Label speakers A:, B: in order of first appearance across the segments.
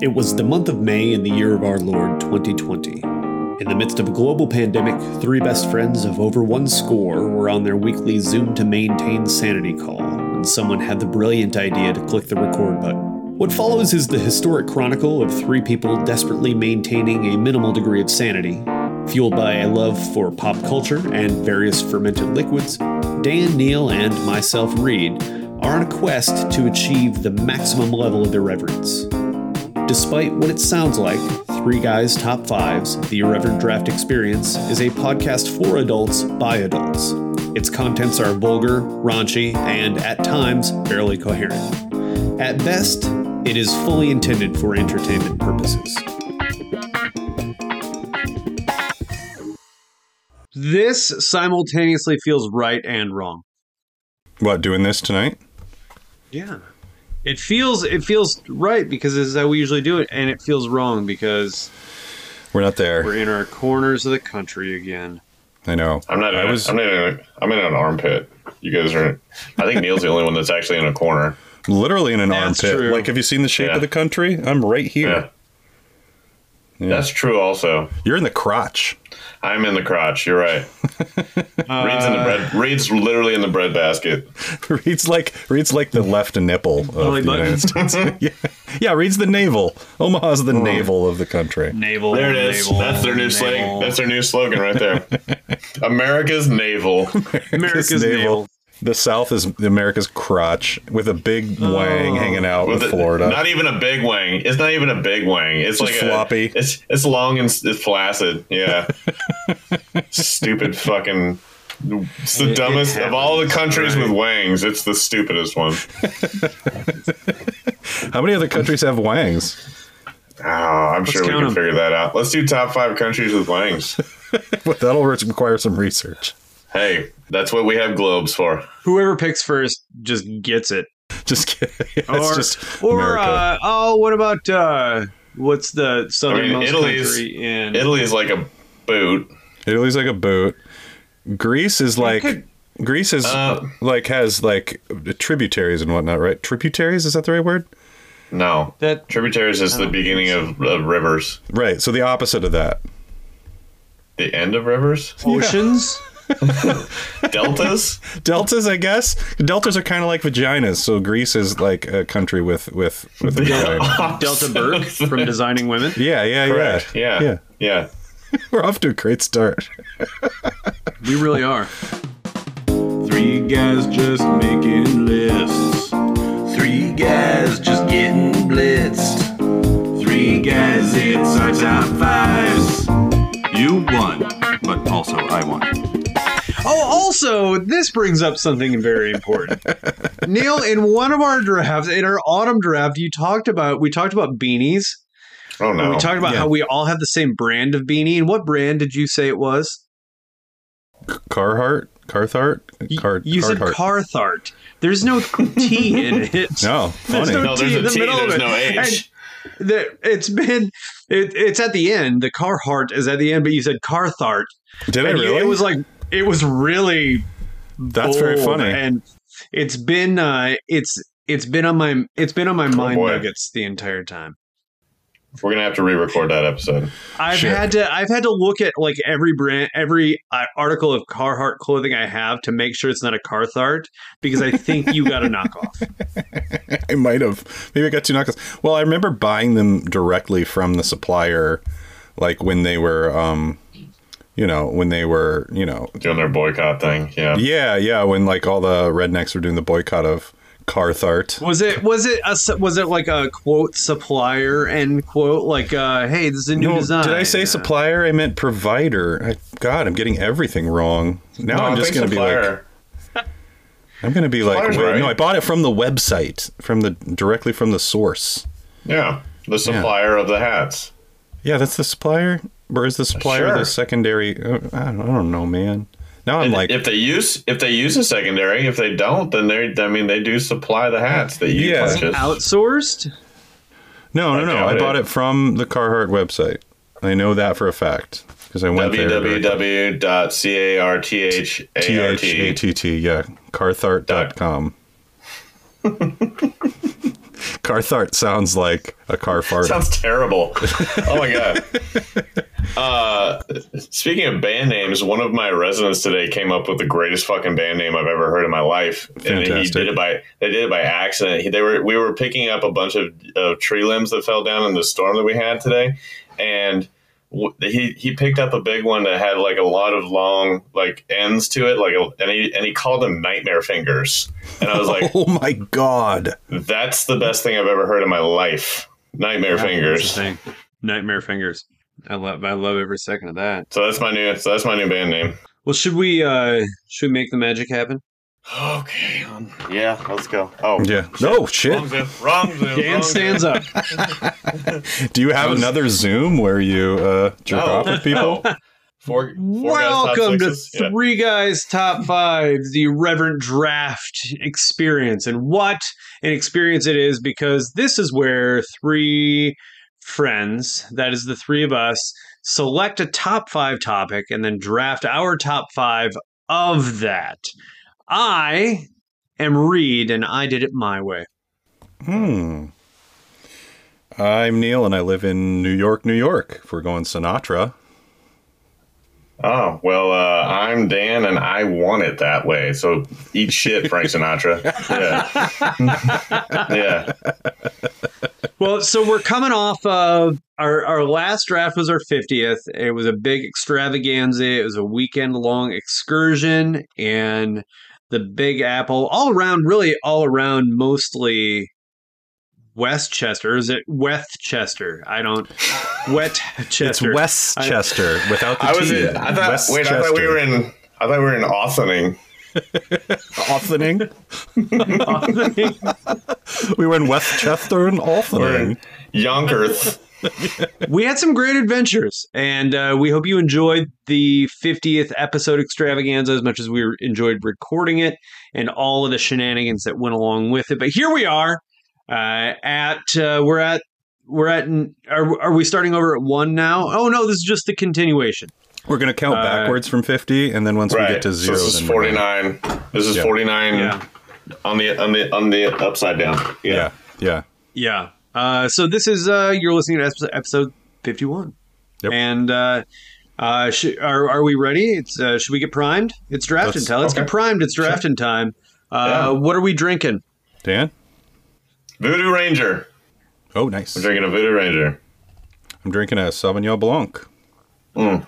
A: It was the month of May in the year of our Lord 2020. In the midst of a global pandemic, three best friends of over one score were on their weekly Zoom to maintain sanity call when someone had the brilliant idea to click the record button. What follows is the historic chronicle of three people desperately maintaining a minimal degree of sanity. Fueled by a love for pop culture and various fermented liquids, Dan, Neil, and myself, Reed, are on a quest to achieve the maximum level of irreverence. Despite what it sounds like, Three Guys Top Fives, the Irreverent Draft Experience, is a podcast for adults by adults. Its contents are vulgar, raunchy, and at times barely coherent. At best, it is fully intended for entertainment purposes. This simultaneously feels right and wrong.
B: What, doing this tonight?
A: Yeah. It feels it feels right because this is how we usually do it, and it feels wrong because
B: We're not there.
A: we're in our corners of the country again.
B: I know.
C: I'm not.
B: I
C: in a-
B: was
C: I'm not in. A, I'm in an armpit. You guys are. I think Neil's the only one that's actually in a corner.
B: literally in an
A: That's
B: armpit.
A: true.
B: Like, have you seen the shape
C: Yeah.
B: of the country? I'm right
C: Yeah.
B: here. Yeah.
C: that's true. Also,
B: You're in the crotch.
C: I'm in the crotch. You're right. Reed's in the bread. Reed's literally in the bread basket.
B: reads like reads like the left nipple of
A: Belly
B: the
A: button.
B: United States. yeah. yeah, reads the navel. Omaha's the navel of the country.
A: Naval.
C: There it is.
A: naval,
C: that's their new
A: naval.
C: slogan. That's their new slogan right there. America's navel.
A: America's
B: It's
A: navel.
B: The South is America's crotch with a big
A: Oh.
B: wang hanging out with
C: With a-
B: Florida.
C: Not even a big wang. It's not even a big wang. It's
B: Just
C: like a-
B: floppy.
C: It's it's long and s- it's flaccid. Yeah. Stupid fucking. It's the
A: It- it
C: dumbest of all the
A: happens,
C: countries
A: right.
C: with wangs. It's the stupidest one.
B: How many other countries have wangs?
C: Oh, I'm sure we
A: count
C: can
A: 'em.
C: figure that out. Let's do top five countries with wangs.
B: Well, that'll require some research.
C: hey, that's what we have globes for.
A: Whoever picks first just gets it.
B: Just kidding. It's
A: or
B: just
A: or
B: America.
A: uh, oh, what about uh, what's the southernmost
C: Italy's-
A: country in?
C: Italy is like a boot.
B: Italy's like a boot. Greece is like
A: could-
B: Greece is
C: Uh,
B: like has like tributaries and whatnot, right? Tributaries is that the right word?
C: No.
A: That Oh.
C: Tributaries is the beginning of, of rivers.
B: Right. So the opposite of that.
C: The end of rivers?
A: oceans.
C: Deltas?
B: Deltas, I guess. Deltas are kind of like vaginas. So Greece is like a country with with with a vagina.
A: Delta Burke from Designing Women.
B: Yeah, yeah,
C: Correct.
B: yeah,
C: Yeah. Yeah. yeah.
B: We're off to a great start.
A: We really are.
D: Three guys just making lists. Three guys just getting blitzed. Three guys, it's our top fives. You won, but also I won.
A: Oh, also, this brings up something very important. Neil, in one of our drafts, in our autumn draft, you talked about we talked about beanies.
C: Oh, no.
A: And we talked about
B: Yeah.
A: how we all have the same brand of beanie. And what brand did you say it was?
B: Carhartt, Carthart,
A: You,
B: Car,
A: you said
B: Carhartt.
A: Carthart. There's no T in it.
B: no,
A: There's
B: funny.
A: no-
C: no, there's
A: T in
C: a
A: the
C: T,
A: middle of
C: there's
A: it.
C: no H.
A: And- The- it's been it, it's at the end. The Carhartt is at the end, but you said Carthart.
B: Did I
A: And you-
B: really?
A: it was like it was really
B: That's very
A: bold,
B: funny.
A: And it's been uh it's it's been on my it's been on my
B: Oh,
A: mind
C: boy.
A: nuggets the entire time.
C: We're going to have to re record that episode.
A: I've
B: Sure.
A: had to I've had to look at like every brand every uh, article of Carhartt clothing I have to make sure it's not a Carthart because I think you got a knockoff.
B: I might have. Maybe I got two knockoffs. Well, I remember buying them directly from the supplier, like when they were, um, you know, when they were, you know,
C: Doing their boycott thing. Yeah.
B: yeah, yeah, when like all the rednecks were doing the boycott of Carthart.
A: Was it was it a su- was it like a quote supplier end quote like uh hey this is a new
B: No,
A: design?
B: did I say
A: Uh,
B: supplier? I meant provider. I, God, I'm getting everything wrong. Now I'm
C: I
B: just
C: think
B: gonna be like,
C: supplier-
B: I'm gonna be like,
C: Supplier's
B: wait, no,
C: right.
B: I bought it from the website, from the directly from the source.
C: Yeah. The supplier of the hats.
B: Yeah, that's the supplier, or is the supplier the
C: Uh, Sure.
B: secondary? uh, I don't, I don't know, man. Now I'm like,
C: if they use if they use a secondary, if they don't, then they I mean they do supply the hats that you
B: Yeah.
C: purchase.
A: outsourced?
B: No, no, no.
C: doubt
B: I
C: it.
B: bought it from the Carhartt website. I know that for a fact because I went there. T H A
C: www.carthart.com.
B: T T. Yeah, Carthart.com. Carthart sounds like a car fart.
C: Sounds terrible. Oh my god. Uh, speaking of band names, one of my residents today came up with the greatest fucking band name I've ever heard in my life, and he
B: Fantastic.
C: did it by they did it by accident. He, they were we were picking up a bunch of, of tree limbs that fell down in the storm that we had today, and. w- He, he picked up a big one that had like a lot of long like ends to it like a, and he and he called them nightmare fingers and I was like
B: oh my god.
C: that's the best thing I've ever heard in my life nightmare fingers
A: Thing. Nightmare fingers. I love I love every second of that.
C: So that's my new. So that's my new band name.
A: Well, should we uh should we make the magic happen?
C: Okay. Um, yeah. Let's go. Oh.
B: Yeah. No shit.
C: Zoom. Wrong Zoom.
A: Dan stands up.
B: Do you have another Zoom where you uh, jerk off with people?
C: Oh. Four, four
A: Welcome to
C: guys, top sixes. Yeah.
A: Three Guys Top Five, the Reverend Draft experience. And what an experience it is because this is where three friends, that is the three of us, select a top five topic and then draft our top five of that. I am Reed and I did it my way.
B: Hmm. I'm Neil and I live in New York, New York. If we're going Sinatra.
C: Oh well, uh, I'm Dan, and I want it that way. So eat shit, Frank Sinatra. Yeah. yeah.
A: Well, so we're coming off of our our last draft was our 50th. It was a big extravaganza. It was a weekend long excursion and the Big Apple all around really all around mostly Westchester. Is it Westchester? I don't
B: It's
A: Westchester.
B: Westchester without the
C: I was.
B: T.
C: In, I thought. Wait. I thought we were in. I thought we were in Authening.
B: Authening.
A: West
B: We were in Westchester and
C: We're in
B: Authening.
C: Yonkers.
A: we had some great adventures, and uh, we hope you enjoyed the 50th episode extravaganza as much as we enjoyed recording it and all of the shenanigans that went along with it. But here we are uh, at uh, we're at we're at are, are we starting over at one now? Oh no, this is just the continuation.
B: We're going to count
A: Uh,
B: backwards from 50, and then once we
C: Right.
B: get to
C: so
B: zero,
C: this is
B: then we're
C: forty
B: gonna-
C: nine. This is
B: Yeah.
C: forty nine. On the on the on the upside down.
B: Yeah, yeah.
A: Yeah. Uh, so this is uh, you're listening to episode, episode 51,
B: Yep.
A: and uh, uh, sh- are are we ready? It's uh, should we get primed? It's drafting
B: Let's-
A: time. Let's
C: okay.
A: get primed. It's drafting time. Uh,
C: Yeah.
A: What are we drinking?
B: Dan?
C: Voodoo Ranger.
B: Oh, nice.
C: I'm drinking a Voodoo Ranger.
B: I'm drinking a Sauvignon Blanc.
A: Um,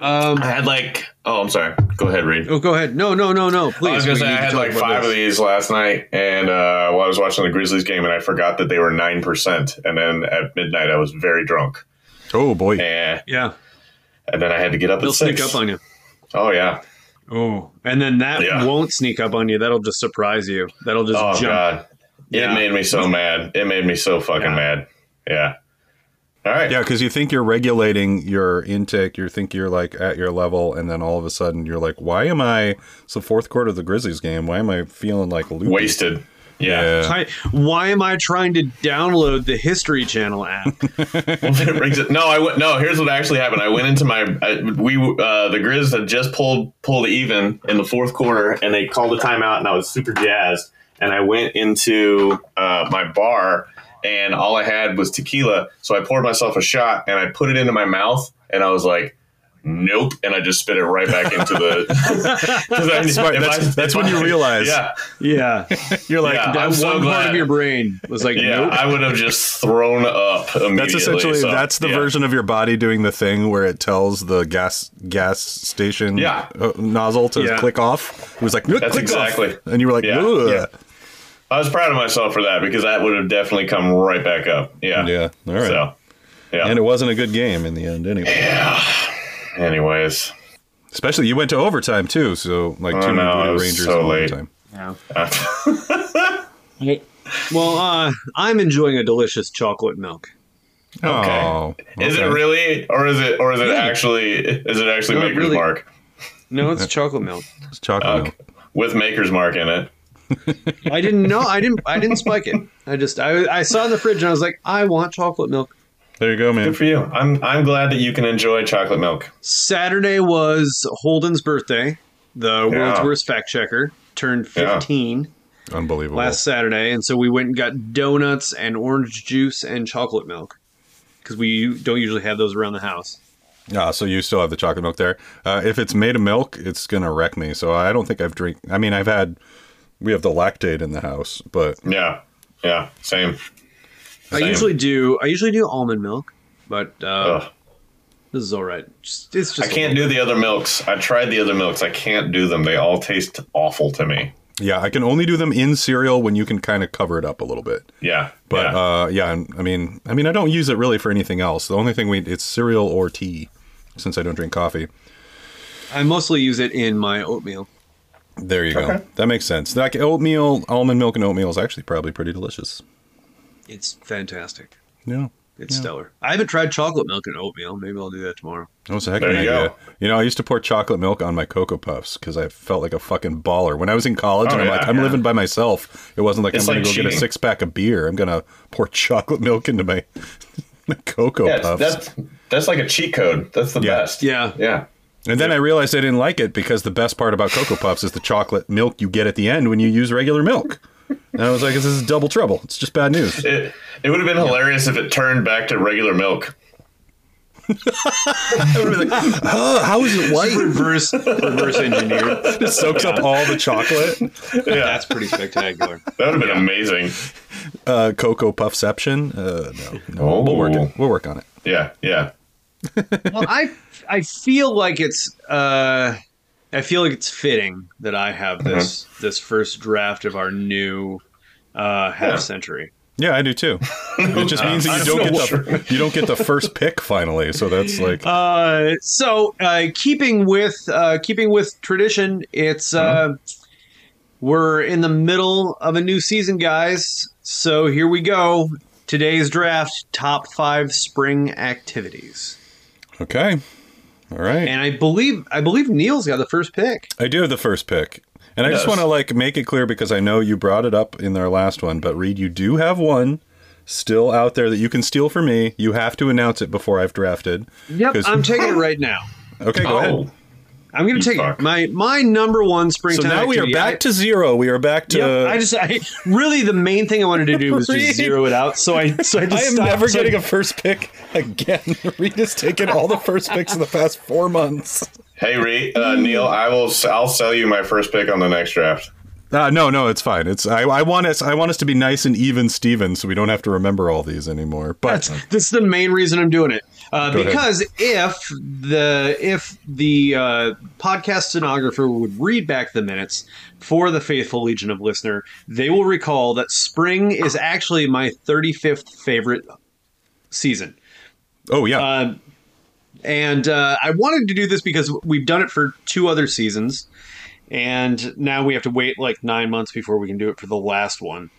C: I had like. Oh, I'm sorry. Go ahead, Reed.
A: oh, go ahead. No, no, no, no. Please.
C: I was gonna
A: We
C: say I
A: need to
C: had
A: talk
C: like
A: about
C: five
A: this.
C: of these last night, and uh, while I was watching the Grizzlies game, and I forgot that they were nine percent. And then at midnight, I was very drunk,
B: Oh, boy.
C: and,
A: Yeah,
C: and then I had to get up
A: they'll
C: at six.
A: sneak up on you.
C: oh yeah,
A: Oh, and then that
C: Yeah.
A: won't sneak up on you. That'll just surprise you. That'll just
C: oh
A: jump.
C: god,
A: Yeah.
C: it made me so mad. It made me so fucking
A: Yeah.
C: mad. Yeah. All right.
B: Yeah, because you think you're regulating your intake, you think you're like at your level, and then all of a sudden you're like, why am I? It's the fourth quarter of the Grizzlies game. Why am I feeling like loopy?
C: Wasted. Yeah.
B: Yeah.
A: Hi- Why am I trying to download the History Channel app?
C: Well, that brings it- No, I went. No, here's what actually happened. I went into my. I, we uh, the Grizz had just pulled pulled even in the fourth quarter, and they called a timeout, and I was super jazzed. And I went into uh, my bar, and all I had was tequila, so I poured myself a shot, and I put it into my mouth, and I was like. Nope, and I just spit it right back into the. 'Cause I-
B: Smart.
C: if
B: That's-
C: I-
B: that's
C: if
B: when
C: I-
B: you realize.
C: Yeah,
A: yeah,
B: You're like,
C: Yeah.
A: that
C: I'm
A: one
C: so
A: part
C: glad.
A: of your brain was like,
C: yeah.
A: nope.
C: I would have just thrown up immediately.
B: that's essentially
C: so,
B: that's the
C: yeah.
B: version of your body doing the thing where it tells the gas gas station
C: Yeah.
B: uh, nozzle to
A: Yeah.
B: click off. It was like, "No,
C: That's
B: click off."
C: exactly-
B: and you were like,
C: Yeah.
B: "Ugh."
C: Yeah. I was proud of myself for that because that would have definitely come right back up. Yeah.
B: Yeah. All right.
C: So, yeah.
B: And it wasn't a good game in the end, anyway.
C: Anyways,
B: Especially you went to overtime too, so like two
C: Oh, no,
B: Voodoo
C: it was
B: Rangers
C: so
B: in
C: late.
B: overtime.
A: Well, uh, I'm enjoying a delicious chocolate milk.
C: Okay.
B: Oh,
C: is it
B: okay.
C: really, or is it, or is it actually, is it actually
A: No, it
C: Maker's
A: really-
C: Mark
A: No, it's chocolate milk.
B: It's chocolate milk.
C: with Maker's Mark in it?
A: I didn't know. I didn't. I didn't spike it. I just. I. I saw in the fridge and I was like, I want chocolate milk.
B: There you go, man.
C: Good for you. I'm, I'm glad that you can enjoy chocolate milk.
A: Saturday was Holden's birthday. The world's worst fact checker turned
C: Yeah.
A: 15.
B: Unbelievable.
A: last Saturday, and so we went and got donuts and orange juice and chocolate milk because we don't usually have those around the house.
B: Ah, so you still have the chocolate milk there. Uh, if it's made of milk, it's gonna wreck me. So I don't think I've drink. I mean, I've had. We have the lactate in the house, but
C: Yeah, yeah, same.
A: I
C: Same.
A: usually do. I usually do almond milk, but
B: Um,
A: uh,
C: Ugh.
A: this is all right. Just, it's
C: I
A: just.
C: can't do the other milks. I tried the other milks. I can't do them. They all taste awful to me.
B: yeah, I can only do them in cereal when you can kind of cover it up a little bit.
C: Yeah,
B: But
C: yeah.
B: uh, yeah, I'm- I mean, I mean, I don't use it really for anything else. The only thing we it's cereal or tea, since I don't drink coffee.
A: I mostly use it in my oatmeal.
B: There you go. That makes sense. Like oatmeal, almond milk, and oatmeal is actually probably pretty delicious.
A: It's fantastic.
B: Yeah.
A: It's stellar. I haven't tried chocolate milk and oatmeal. Maybe I'll do that tomorrow.
B: That was a heck of
C: There
B: an
C: you
B: idea.
C: go.
B: You know, I used to pour chocolate milk on my Cocoa Puffs because I felt like a fucking baller. When I was in college,
C: Oh,
B: and I'm
C: yeah,
B: like, I'm
C: yeah.
B: living by myself. It wasn't like
C: It's
B: I'm going
C: like
B: to go get a
C: cheating.
B: six pack of beer. I'm going to pour chocolate milk into my, my Cocoa
C: yeah, it's-
B: Puffs.
C: that's that's like a cheat code. That's the
B: Yeah.
C: best.
A: Yeah.
C: yeah.
B: and then I realized I didn't like it because the best part about Cocoa Puffs is the chocolate milk you get at the end when you use regular milk. And I was like, this is double trouble. It's just bad news.
C: It it would have been hilarious if it turned back to regular milk.
B: Ugh, how is it white?
A: Reverse reverse engineered.
B: It soaks up all the chocolate.
A: That's pretty spectacular.
C: That would have been amazing.
B: Uh, Cocoa Puffception. Uh, no, no. We'll, work it. we'll work on it.
C: Yeah, yeah.
A: well, I I feel like it's uh, I feel like it's fitting that I have this this first draft of our new uh, half
C: Yeah.
A: century.
B: Yeah, I do too. It just means that you
C: I'm
B: don't get
C: so
B: the you don't get the first pick finally. So that's like
A: Uh, so uh, keeping with uh, keeping with tradition, it's
B: Uh-huh.
A: uh, we're in the middle of a new season, guys. So here we go. Today's draft: top five spring activities,
B: okay, all right.
A: and I believe I believe Neil's got the first pick.
B: I do have the first pick, and I just
C: Yes.
B: want to like make it clear because I know you brought it up in their last one, but Reed, you do have one still out there that you can steal from me. You have to announce it before I've drafted.
A: Yep,
B: 'Cause-
A: I'm taking it right now.
B: Okay, go ahead.
C: Oh,
A: I'm gonna
C: You
A: take
C: fuck.
A: my my number one
B: So
A: springtime.
B: now we are
A: activity.
B: back to zero. We are back to.
A: I, Yep, I just I, really the main thing I wanted to do was
B: Reed.
A: just zero it out. So I so I just
B: I am
A: stopped.
B: never
A: So-
B: getting a first pick again. Reed has taken all the first picks in the past four months.
C: Hey, Re, uh, Neil, I will. s- I'll sell you my first pick on the next draft.
B: Uh, no, no, it's fine. It's I, I want us I want us to be nice and even, Steven, so we don't have to remember all these anymore. But
A: That's that's the main reason I'm doing it. Uh,
B: Go ahead.
A: because if the if the uh, podcast stenographer would read back the minutes for the faithful legion of listener, they will recall that spring is actually my 35th favorite season.
B: oh yeah,
A: Um, and uh, I wanted to do this because we've done it for two other seasons, and now we have to wait like nine months before we can do it for the last one.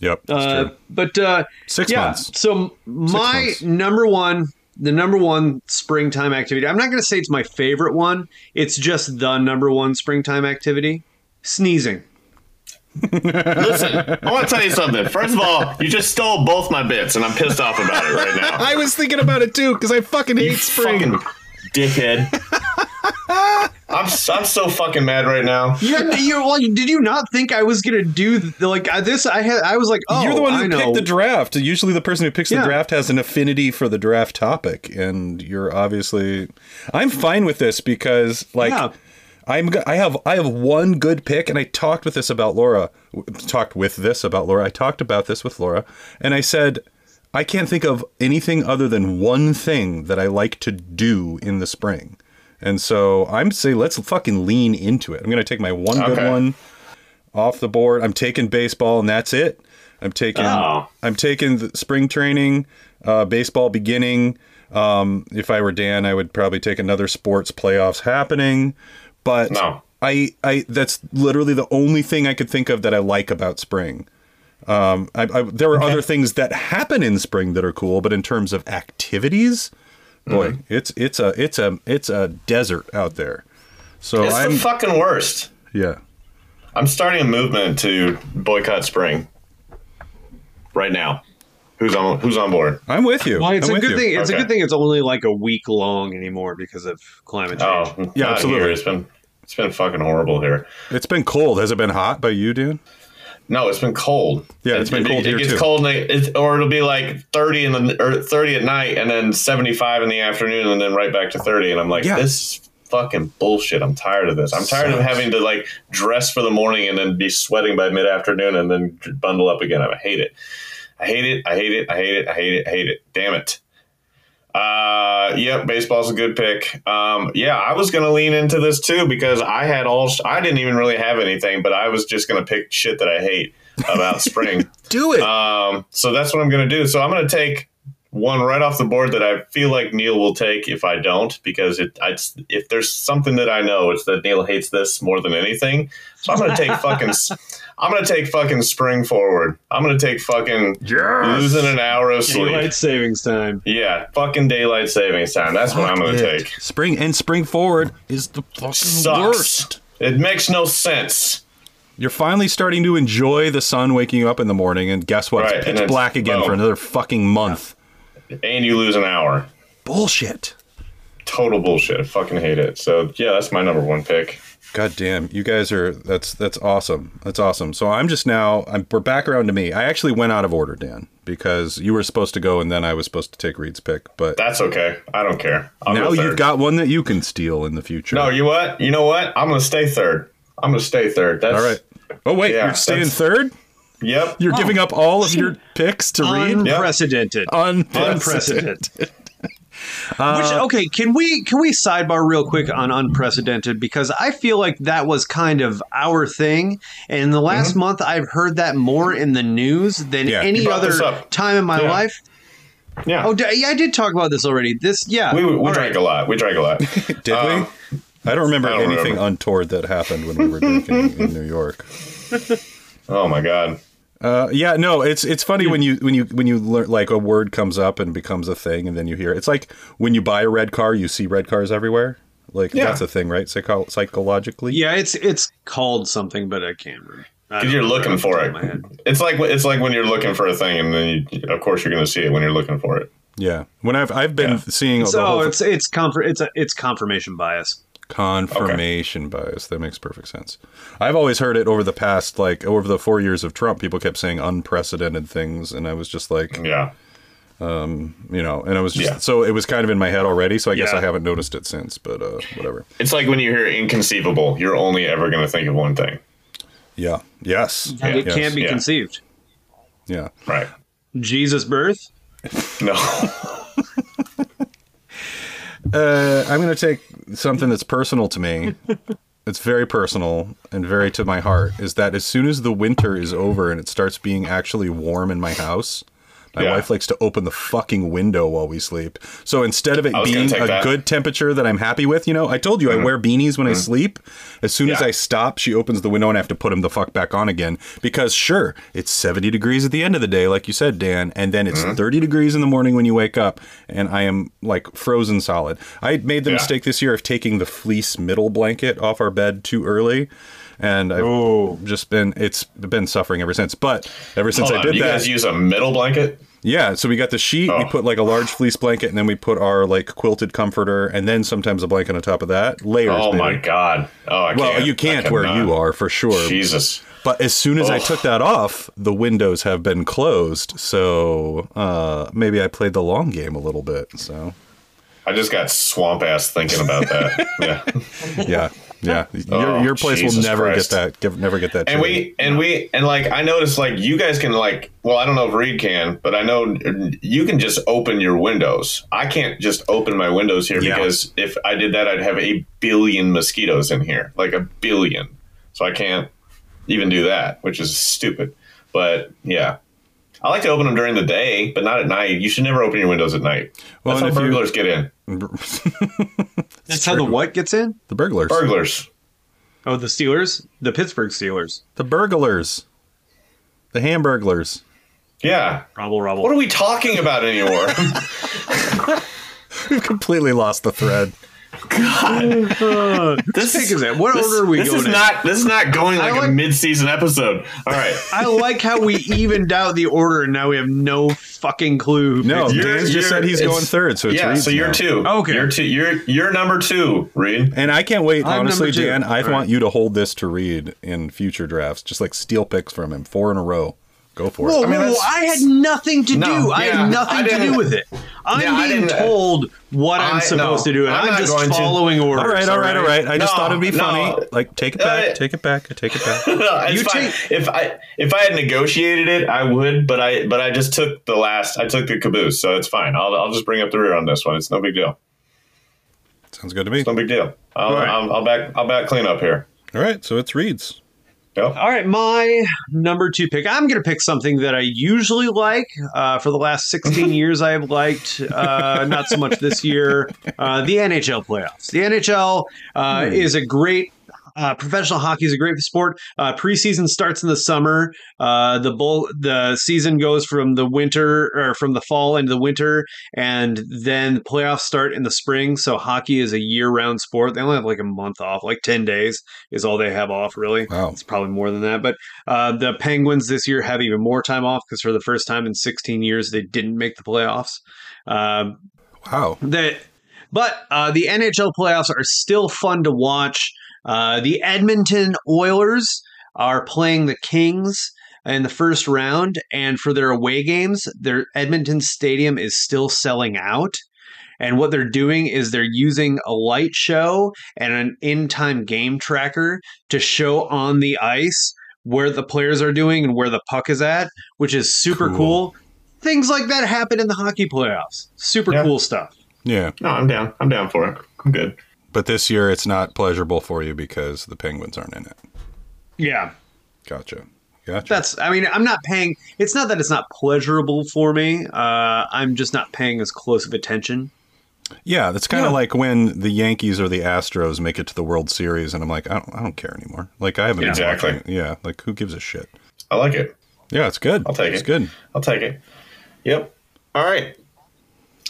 B: yep, that's
A: Uh,
B: true.
A: but uh,
B: Six
A: yeah,
B: months.
A: so my
B: months.
A: number one, the number one springtime activity. I'm not going to say it's my favorite one. It's just the number one springtime activity. Sneezing.
C: Listen, I want to tell you something. First of all, you just stole both my bits, and I'm pissed off about it right now.
B: I was thinking about it too because I fucking hate spring.
C: Fucking dickhead. I'm s- I'm so fucking mad right now.
A: You're, you're, well, did you not think I was going to do th- like I- this? I had. I was like, oh,
B: You're the one
A: I
B: who
A: know.
B: picked the draft. Usually, the person who picks the
A: Yeah.
B: draft has an affinity for the draft topic, and you're obviously. I'm fine with this because, like,
A: Yeah.
B: I'm go- I have I have one good pick, and I talked with this about Laura. w- Talked with this about Laura. I talked about this with Laura, and I said. I can't think of anything other than one thing that I like to do in the spring. And so I'm say let's fucking lean into it. I'm going to take my one good
C: Okay.
B: one off the board. I'm taking baseball, and that's it. I'm taking
C: Oh.
B: I'm taking the spring training, uh, baseball beginning. Um, if I were Dan, I would probably take another sports playoffs happening. But
C: No.
B: I I that's literally the only thing I could think of that I like about spring. Um, I, I, there are other things that happen in spring that are cool, but in terms of activities, boy,
C: Mm-hmm.
B: it's it's a it's a it's a desert out there. So
C: It's
B: I'm
C: the fucking worst.
B: yeah.
C: I'm starting a movement to boycott spring. Right now, who's on who's on board?
B: I'm with you.
A: Well, it's
B: I'm
A: a
B: with
A: good
B: you.
A: thing. It's a
C: Okay.
A: good thing. It's only like a week long anymore because of climate change.
C: Oh,
B: Yeah,
C: not
B: absolutely.
C: Here. It's been it's been fucking horrible here.
B: It's been cold. Has it been hot by you, dude?
C: No, it's been cold.
B: Yeah, it's been
C: It- it-
B: cold
C: It
B: here,
C: gets
B: too.
C: cold, and it- it's, or it'll be like thirty in the or thirty at night, and then seventy five in the afternoon, and then right back to thirty. And I'm like,
B: Yeah.
C: this is fucking bullshit. I'm tired of this. I'm tired of
B: Sucks.
C: having to like dress for the morning and then be sweating by mid afternoon, and then bundle up again. I hate it. I hate it. I hate it. I hate it. I hate it. I hate it. Damn it. Uh, yep, baseball's a good pick. Um, yeah, I was gonna lean into this too because I had all I didn't even really have anything, but I was just gonna pick shit that I hate about spring.
B: Do it.
C: Um, so that's what I'm gonna do. So I'm gonna take one right off the board that I feel like Neil will take if I don't, because it I, if there's something that I know, it's that Neil hates this more than anything. So I'm gonna take fucking s- I'm gonna take fucking spring forward. I'm gonna take fucking
B: yes.
C: losing an hour of sleep.
A: Daylight savings time.
C: Yeah, fucking daylight savings time. That's what I'm gonna
B: Fuck it.
C: take.
B: Spring and spring forward is the fucking
C: Sucks.
B: worst.
C: It makes no sense.
B: You're finally starting to enjoy the sun waking you up in the morning, and guess what?
C: Right,
B: it's
C: and
B: pitch
C: then-
B: black again for
C: boom.
B: another fucking month.
C: And you lose an hour.
B: Bullshit.
C: Total bullshit. I fucking hate it. So yeah, that's my number one pick.
B: God damn, you guys are that's that's awesome. That's awesome. So I'm just now I'm we're back around to me. I actually went out of order, Dan, because you were supposed to go and then I was supposed to take Reed's pick. But
C: That's okay. I don't care. I'll
B: now
C: go
B: you've
C: third.
B: got one that you can steal in the future.
C: No, you what? You know what? I'm gonna stay third. I'm gonna stay third. That's
B: All right. Oh wait,
C: Yeah,
B: you're staying
C: that's-
B: third?
C: Yep.
B: You're giving up all of your picks to Reed?
A: Unprecedented.
B: Unprecedented.
A: Unprecedented. Which
C: Uh,
A: okay, can we can we sidebar real quick on unprecedented because I feel like that was kind of our thing, and in the last month I've heard that more in the news than
B: Yeah, you
A: any
C: Mm-hmm. brought
A: other
C: this up.
A: time in my
C: Yeah.
A: life.
C: yeah.
A: Oh, d- yeah, I did talk about this already. This, yeah,
C: we we
A: All
C: drank
A: right.
C: a lot. We drank a lot.
B: Did
C: Um,
B: we? I don't remember
C: I don't
B: anything
C: remember.
B: untoward that happened when we were drinking in New York.
C: oh my god.
B: Uh, yeah, no, it's it's funny when you when you when you learn like a word comes up and becomes a thing, and then you hear it's like when you buy a red car, you see red cars everywhere. Like
C: Yeah.
B: that's a thing, right? Psycho- psychologically,
A: Yeah, it's it's called something, but I can't remember. I don't
C: Because you're
A: remember
C: looking
A: off the
C: for
A: top of my
C: it.
A: head.
B: Oh,
C: It's like it's like when you're looking for a thing, and then you, of course you're gonna see it when you're looking for it.
B: Yeah. When I've I've been seeing the
A: So
B: whole
A: it's it's confer- it's a, it's confirmation bias.
B: confirmation bias. That makes perfect sense. I've always heard it over the past like over the four years of Trump. People kept saying unprecedented things, and I was just like,
C: Yeah.
B: you know, and I was just
C: Yeah.
B: so it was kind of in my head already. So I guess
A: Yeah.
B: I haven't noticed it since, but uh, whatever.
C: It's like when you hear inconceivable, you're only ever going to think of one thing.
B: Yeah. Yes.
A: And it
B: Yes.
A: can't be
C: yeah.
A: conceived.
B: Yeah.
C: Right.
A: Jesus' birth.
C: No.
B: Uh, I'm going to take something that's personal to me. it's very personal and very to my heart. Is that as soon as the winter is over and it starts being actually warm in my house, my
C: Yeah.
B: wife likes to open the fucking window while we sleep. So instead of it
C: I was gonna
B: being
C: take
B: a
C: that.
B: good temperature that I'm happy with, you know, I told you I wear beanies when I sleep. As soon as
C: Uh-huh. Yeah.
B: I stop, she opens the window and I have to put them the fuck back on again because sure, it's 70 degrees at the end of the day, like you said, Dan, and then
C: Uh-huh.
B: it's 30 degrees in the morning when you wake up, and I am like frozen solid. I made the
C: Yeah.
B: mistake this year of taking the fleece middle blanket off our bed too early. And I've
C: Oh.
B: just been, it's been suffering ever since. But ever since
C: Hold
B: I
C: on.
B: did
C: you
B: that,
C: guys use a middle blanket?
B: yeah, so we got the sheet, we
C: Oh.
B: put like a large fleece blanket, and then we put our like quilted comforter, and then sometimes a blanket on top of that. Layers.
C: Oh
B: baby.
C: my god. Oh, I
B: Well,
C: can't.
B: you can't where you are for sure.
C: Jesus.
B: But as soon as I
C: Ugh.
B: took that off, the windows have been closed. So uh, maybe I played the long game a little bit. So
C: I just got swamp ass thinking about that. yeah.
B: yeah, yeah. Your,
C: Oh,
B: your place will
C: Jesus
B: never
C: Christ.
B: get that. Give, never get that.
C: And
B: chilly.
C: we and we and like I noticed like you guys can like well I don't know if Reed can but I know you can just open your windows. I can't just open my windows here
B: Yeah.
C: because if I did that I'd have a billion mosquitoes in here, like a billion. So I can't even do that, which is stupid. But yeah. I like to open them during the day, but not at night. You should never open your windows at night.
B: Well,
C: That's how
B: and if you-
C: burglars get in.
A: That's how the what gets in.
B: the burglars.
C: Burglars.
A: Oh, the Steelers, the Pittsburgh Steelers.
B: the burglars. The Hamburglers.
C: Yeah.
A: Robble, robble.
C: What are we talking about anymore?
B: Completely lost the thread.
C: God,
A: this pick is it. What
C: this,
A: order are we
C: this
A: going?
C: is
A: in?
C: not this is not going
A: I
C: like, a
A: like-
C: mid-season episode. All right,
A: I like how we evened out the order, and now we have no fucking clue. Who
B: No,
A: picked
C: You're-
B: Dan's just
C: you're-
B: said he's
C: it's-
B: going third, so it's
C: yeah.
B: Reed's
C: So you're
B: now.
C: two.
A: Okay.
C: you're two. You're you're number two, Reed.
B: And I can't wait,
A: I'm
B: honestly,
A: number two.
B: Dan. I
A: All
B: want
A: right.
B: you to hold this to read in future drafts, just like steal picks from him, four in a row. Go for
A: Whoa,
B: it.
C: I mean,
A: whoa,
C: that's-
A: whoa, I had nothing to
C: No,
A: do. I
C: yeah,
A: had nothing
C: I
A: to do
C: didn't-
A: with it. I'm
C: Yeah, I
A: being
C: didn't, uh,
A: told what I,
C: I-
A: am supposed to
C: no,
A: do, and
C: I'm
A: I'm,
C: not going
A: just
C: to.
A: following orders.
B: All right, all right, all right. I just
C: No,
B: thought it'd be
C: no.
B: funny. Like, take it back,
C: Uh,
B: take it back, I take it back.
C: it's
A: You
C: fine. if I if I had negotiated it, I would, but I but I just took the last. I took the caboose, so it's fine. I'll I'll just bring up the rear on this one. It's no big deal.
B: Sounds good to me.
C: No big deal. I'll,
A: All right.
C: I'll, I'll back I'll back clean up here.
B: All right, so it's Reed's.
C: Yep.
A: All right, my number two pick. I'm going to pick something that I usually like. Uh, for the last 16 years, I have liked. Uh, not so much this year. Uh, the NHL playoffs. The NHL uh, is a great. Uh, professional hockey is a great sport. Uh, preseason starts in the summer. Uh, the bull, the season goes from the winter or from the fall into the winter, and then playoffs start in the spring. So hockey is a year-round sport. They only have like a month off, like ten days is all they have off, really.
B: Wow.
A: It's probably more than that. But uh, the Penguins this year have even more time off because for the first time in 16 years, they didn't make the playoffs. Um,
B: Wow.
A: that, but uh, the NHL playoffs are still fun to watch. Uh, the Edmonton Oilers are playing the Kings in the first round, and for their away games, their Edmonton Stadium is still selling out. And what they're doing is they're using a light show and an in time game tracker to show on the ice where the players are doing and where the puck is at, which is super
B: Cool.
A: cool. Things like that happen in the hockey playoffs. Super
C: Yeah.
A: cool stuff.
B: Yeah.
C: No, I'm down. I'm down for it. I'm good.
B: But this year it's not pleasurable for you because the Penguins aren't in it.
A: Yeah.
B: Gotcha. Gotcha.
A: That's, I mean, I'm not paying, it's not that it's not pleasurable for me. Uh, I'm just not paying as close of attention.
B: yeah, that's kind of
A: Yeah.
B: like when the Yankees or the Astros make it to the World Series, and I'm like, I don't, I don't care anymore. Like, I haven't been
C: Yeah.
B: watching
C: Exactly.
B: it. Yeah, like, who gives a shit?
C: I like it.
B: Yeah, it's good.
C: I'll take
B: it's
C: it.
B: good.
C: I'll take it. Yep. All right.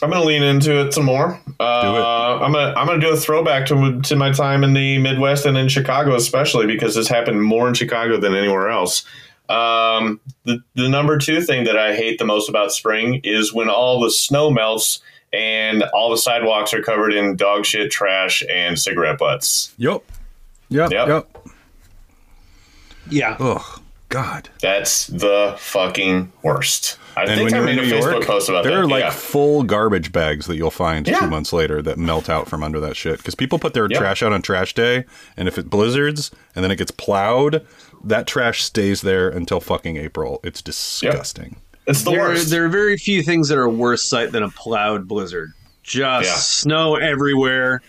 C: I'm gonna lean into it some more. Uh,
B: Do it.
C: I'm gonna I'm gonna do a throwback to to my time in the Midwest and in Chicago, especially because this happened more in Chicago than anywhere else. Um, the the number two thing that I hate the most about spring is when all the snow melts and all the sidewalks are covered in dog shit, trash, and cigarette butts.
B: Yep. Yep. Yep.
C: Yep.
A: Yeah.
B: Ugh. God.
C: That's the fucking worst. I think I made a Facebook post about
B: there
C: that.
B: are like
C: yeah.
B: full garbage bags that you'll find
C: Yeah.
B: two months later that melt out from under that shit. Because people put their
C: Yep.
B: trash out on trash day, and if it blizzards and then it gets plowed, that trash stays there until fucking April. It's disgusting.
C: it's the
A: There,
C: worst.
A: there are very few things that are a worse sight than a plowed blizzard. Just
C: Yeah.
A: snow everywhere,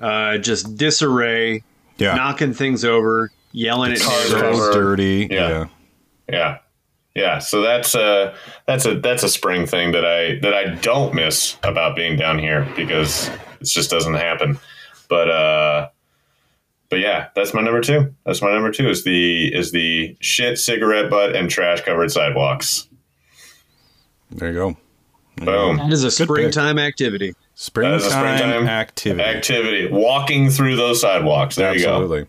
A: uh, just disarray,
B: Yeah.
A: knocking things over, yelling at
C: Cars
A: neighbors.
C: over.
B: so dirty.
C: Yeah.
B: Yeah.
C: Yeah. Yeah, so that's a that's a that's a spring thing that I that I don't miss about being down here because it just doesn't happen. But uh but yeah, that's my number 2. That's my number 2 is the is the shit cigarette butt and trash covered sidewalks.
B: There you go.
C: Boom.
A: That is a
B: pick.
A: springtime activity.
B: Springtime,
C: springtime
B: activity.
C: Activity, walking through those sidewalks. There you go.
B: Absolutely.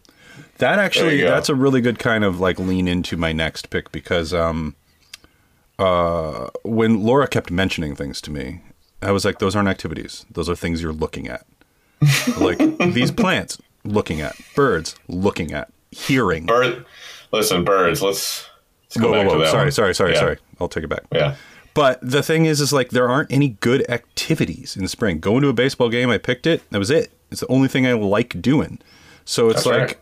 B: That actually
C: you go.
B: that's a really good kind of like lean into my next pick because um uh when Laura kept mentioning things to me, I was like, those aren't activities. Those are things you're looking at. like these plants looking at, birds looking at, hearing.
C: Bird Listen, birds, let's let's go
B: whoa,
C: back
B: whoa,
C: to
B: whoa.
C: that.
B: Sorry,
C: one.
B: sorry, sorry,
C: Yeah.
B: sorry. I'll take it back.
C: Yeah.
B: But the thing is, is like there aren't any good activities in the spring. Going to a baseball game, I picked it. That was it. It's the only thing I like doing. So it's
C: That's
B: like,
C: right.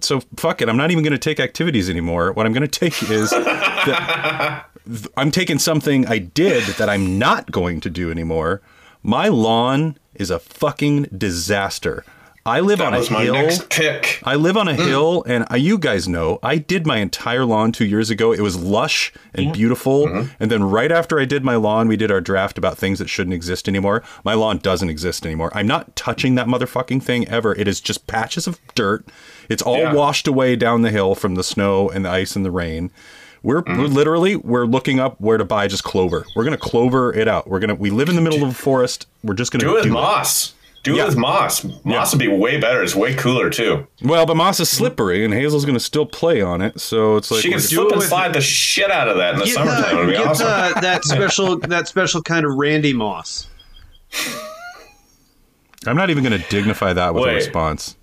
B: so fuck it. I'm not even going to take activities anymore. What I'm going to take is, that th- I'm taking something I did that I'm not going to do anymore. My lawn is a fucking disaster. I live on
C: That
B: a
C: was my
B: hill.
C: next pick.
B: I live on
C: Mm.
B: a hill, and I, you guys know I did my entire lawn two years ago. It was lush and beautiful.
C: Mm-hmm.
B: And then right after I did my lawn, we did our draft about things that shouldn't exist anymore. My lawn doesn't exist anymore. I'm not touching that motherfucking thing ever. It is just patches of dirt. It's all
C: Yeah.
B: washed away down the hill from the snow and the ice and the rain. We're, we're
C: Mm-hmm.
B: literally we're looking up where to buy just clover. We're gonna clover it out. We're gonna we live in the middle of a forest. We're just gonna
C: Do it,
B: do it.
C: moss. Do
B: Yeah.
C: it with Moss. Moss would be way better. It's way cooler too.
B: Well, but Moss is slippery, and Hazel's going to still play on it, so it's like
C: she can
B: we're-
C: slip
A: it
C: and
A: with-
C: slide the shit out of that in the
A: Get
C: summertime.
A: the-
C: It'd be
A: get
C: awesome.
A: the- that special that special kind of Randy Moss.
B: I'm not even going to dignify that with a
C: Wait.
B: response.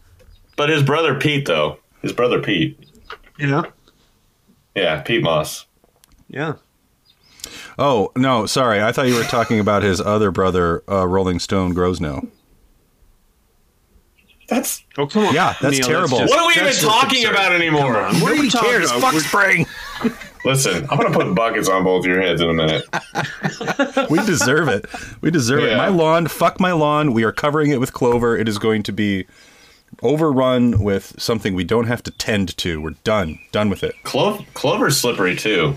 C: But his brother Pete, though, his brother Pete,
A: Yeah,
C: yeah, Pete Moss.
A: yeah.
B: Oh no, sorry, I thought you were talking about his other brother, uh, Rolling Stone Grosno.
C: That's
A: Oh come on!
B: Yeah, that's terrible.
A: just-
C: what are we even
A: that's just
C: talking
A: absurd.
C: about anymore?
A: What are you talking about? We're-
B: spring.
C: Listen, I'm gonna put buckets on both your heads in a minute.
B: We deserve it. We deserve it.
C: Yeah.
B: My lawn, fuck my lawn. We are covering it with clover. It is going to be overrun with something we don't have to tend to. We're done. Done with it.
C: Clo- Clover's slippery too.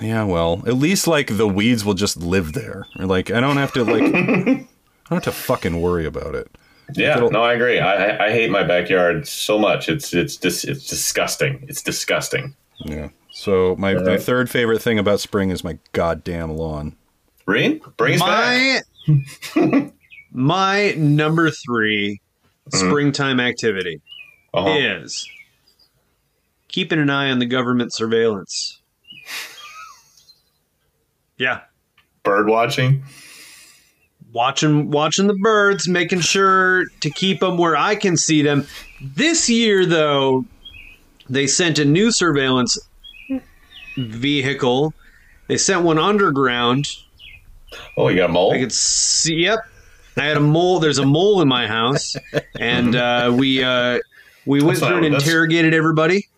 B: Yeah, well, at least like the weeds will just live there. Or, Like I don't have to like I don't have to fucking worry about it.
C: Yeah,
B: Little-
C: no, I agree. I, I I hate my backyard so much. It's it's dis- it's disgusting. It's disgusting.
B: Yeah. So my, my third favorite thing about spring is my goddamn lawn.
C: Reen, bring us back.
A: my my number three springtime activity
C: Uh-huh.
A: is keeping an eye on the government surveillance. Yeah,
C: Bird watching.
A: watching watching the birds, making sure to keep them where I can see them. This year, though, they sent a new surveillance vehicle. They sent one underground
C: Oh, you got mole.
A: I could see. Yep, I had a mole. There's a mole in my house, and uh, we uh, we went
C: That's
A: through and
C: not- that's- Mm-hmm.
A: interrogated everybody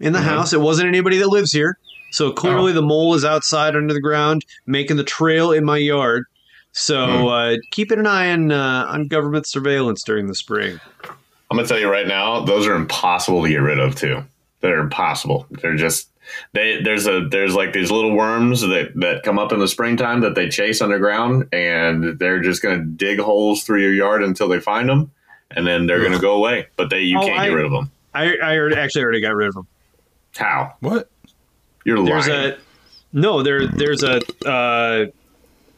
A: in the house. It wasn't anybody that lives here, so
C: Oh.
A: clearly the mole is outside under the ground, making the trail in my yard. So
C: Hmm.
A: uh, keeping an eye on uh, on government surveillance during the spring.
C: I'm gonna tell you right now, those are impossible to get rid of too. They're impossible. They're just they there's a there's like these little worms that that come up in the springtime that they chase underground and they're just gonna dig holes through your yard until they find them and then they're gonna go away. But they you
A: Oh,
C: can't
A: I-
C: get rid of them.
A: I, I already- actually already got rid of them.
C: How?
B: What?
C: You're lying.
A: There's a no. There there's a uh,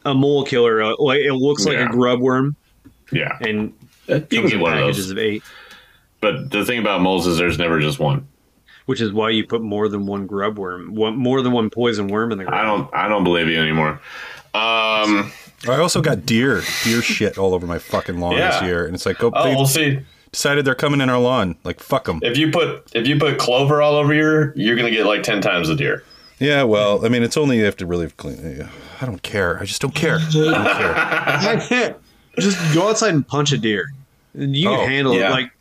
A: a mole killer. Uh, like, it looks like
C: Yeah.
A: a grub worm,
C: yeah.
A: and
C: You can
A: comes
C: get
A: in
C: one of
A: packages
C: those.
A: of eight.
C: But the thing about moles is there's never just one.
A: which is why you put more than one grub worm, one, more than one poison worm in the
C: I
A: ground.
C: don't I don't believe you anymore. Um
B: I also got deer, deer shit all over my fucking lawn this
C: Yeah.
B: year, and it's like, oh,
C: oh
B: they
C: we'll see.
B: decided they're coming in our lawn. Like, fuck them.
C: If you put if you put clover all over your you're gonna get like ten times the deer.
B: Yeah, well, I mean, it's only you have to really clean. yeah. I don't care. I just don't care. I don't care.
A: just go outside and punch a deer. You
B: Oh,
A: can handle
C: yeah.
A: it. Like,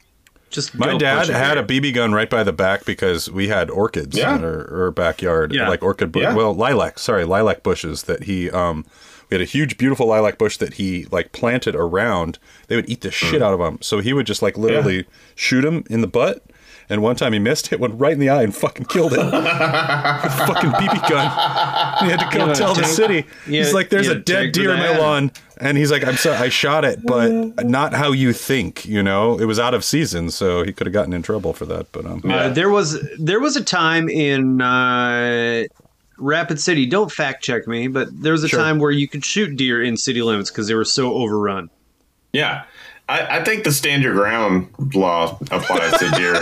A: just
B: My
A: go
B: dad
A: punch
B: had a
A: deer.
B: BB gun right by the back because we had orchids
C: Yeah.
B: in our, our backyard,
A: Yeah.
B: like orchid, bu-
C: Yeah.
B: well, lilac, sorry, lilac bushes that he, um, we had a huge, beautiful lilac bush that he like planted around. They would eat the
C: Mm.
B: shit out of them, so he would just like literally shoot him in the butt. And one time he missed, hit one right in the eye and fucking killed it. With a fucking BB gun. He had to go
A: Yeah,
B: tell the
A: take-
B: city.
A: yeah,
B: he's like, "There's
A: yeah,
B: a dead
A: take the
B: deer in my
A: man.
B: lawn," and he's like, "I'm sorry, I shot it, but not how you think." You know, it was out of season, so he could have gotten in trouble for that. But um,
A: Uh, there was there was a time in uh, Rapid City. Don't fact check me, but there was a time where you could shoot deer in city limits because they were so overrun.
C: Yeah. I, I think the stand your ground law applies to deer.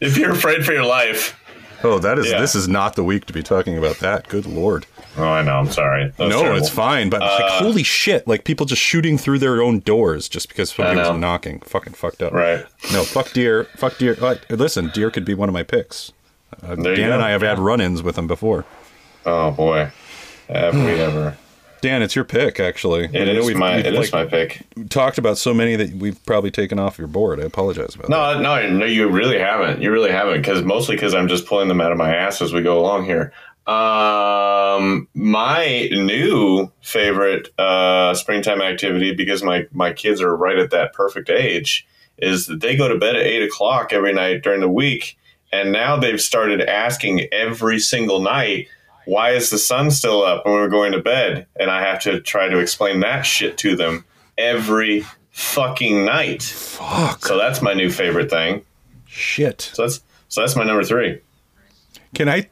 C: if you're afraid for your life.
B: oh, that is
C: Yeah.
B: this is not the week to be talking about that. Good lord,
C: Oh, I know. I'm sorry. That was
B: no,
C: terrible. Uh,
B: it's fine. But like, holy shit, like people just shooting through their own doors just because somebody was
C: know.
B: knocking, fucking fucked up.
C: Right.
B: No, fuck deer, fuck deer. Uh, listen, deer could be one of my picks. Uh,
C: There you
B: Dan and
C: go.
B: I have had run-ins with them before.
C: Oh, boy. Have we ever?
B: Dan, it's your pick, actually.
C: It
B: I know
C: is
B: we've-
C: my
B: we've,
C: it is
B: like,
C: my pick.
B: talked about so many that we've probably taken off your board. I apologize about that.
C: No, no, no. You really haven't. You really haven't. Because mostly because I'm just pulling them out of my ass as we go along here. Um, my new favorite uh, springtime activity because my my kids are right at that perfect age is that they go to bed at eight o'clock every night during the week, and now they've started asking every single night. Why is the sun still up when we're going to bed? And I have to try to explain that shit to them every fucking night.
B: Fuck.
C: So that's my new favorite thing.
B: Shit.
C: So that's so that's my number three.
B: Can I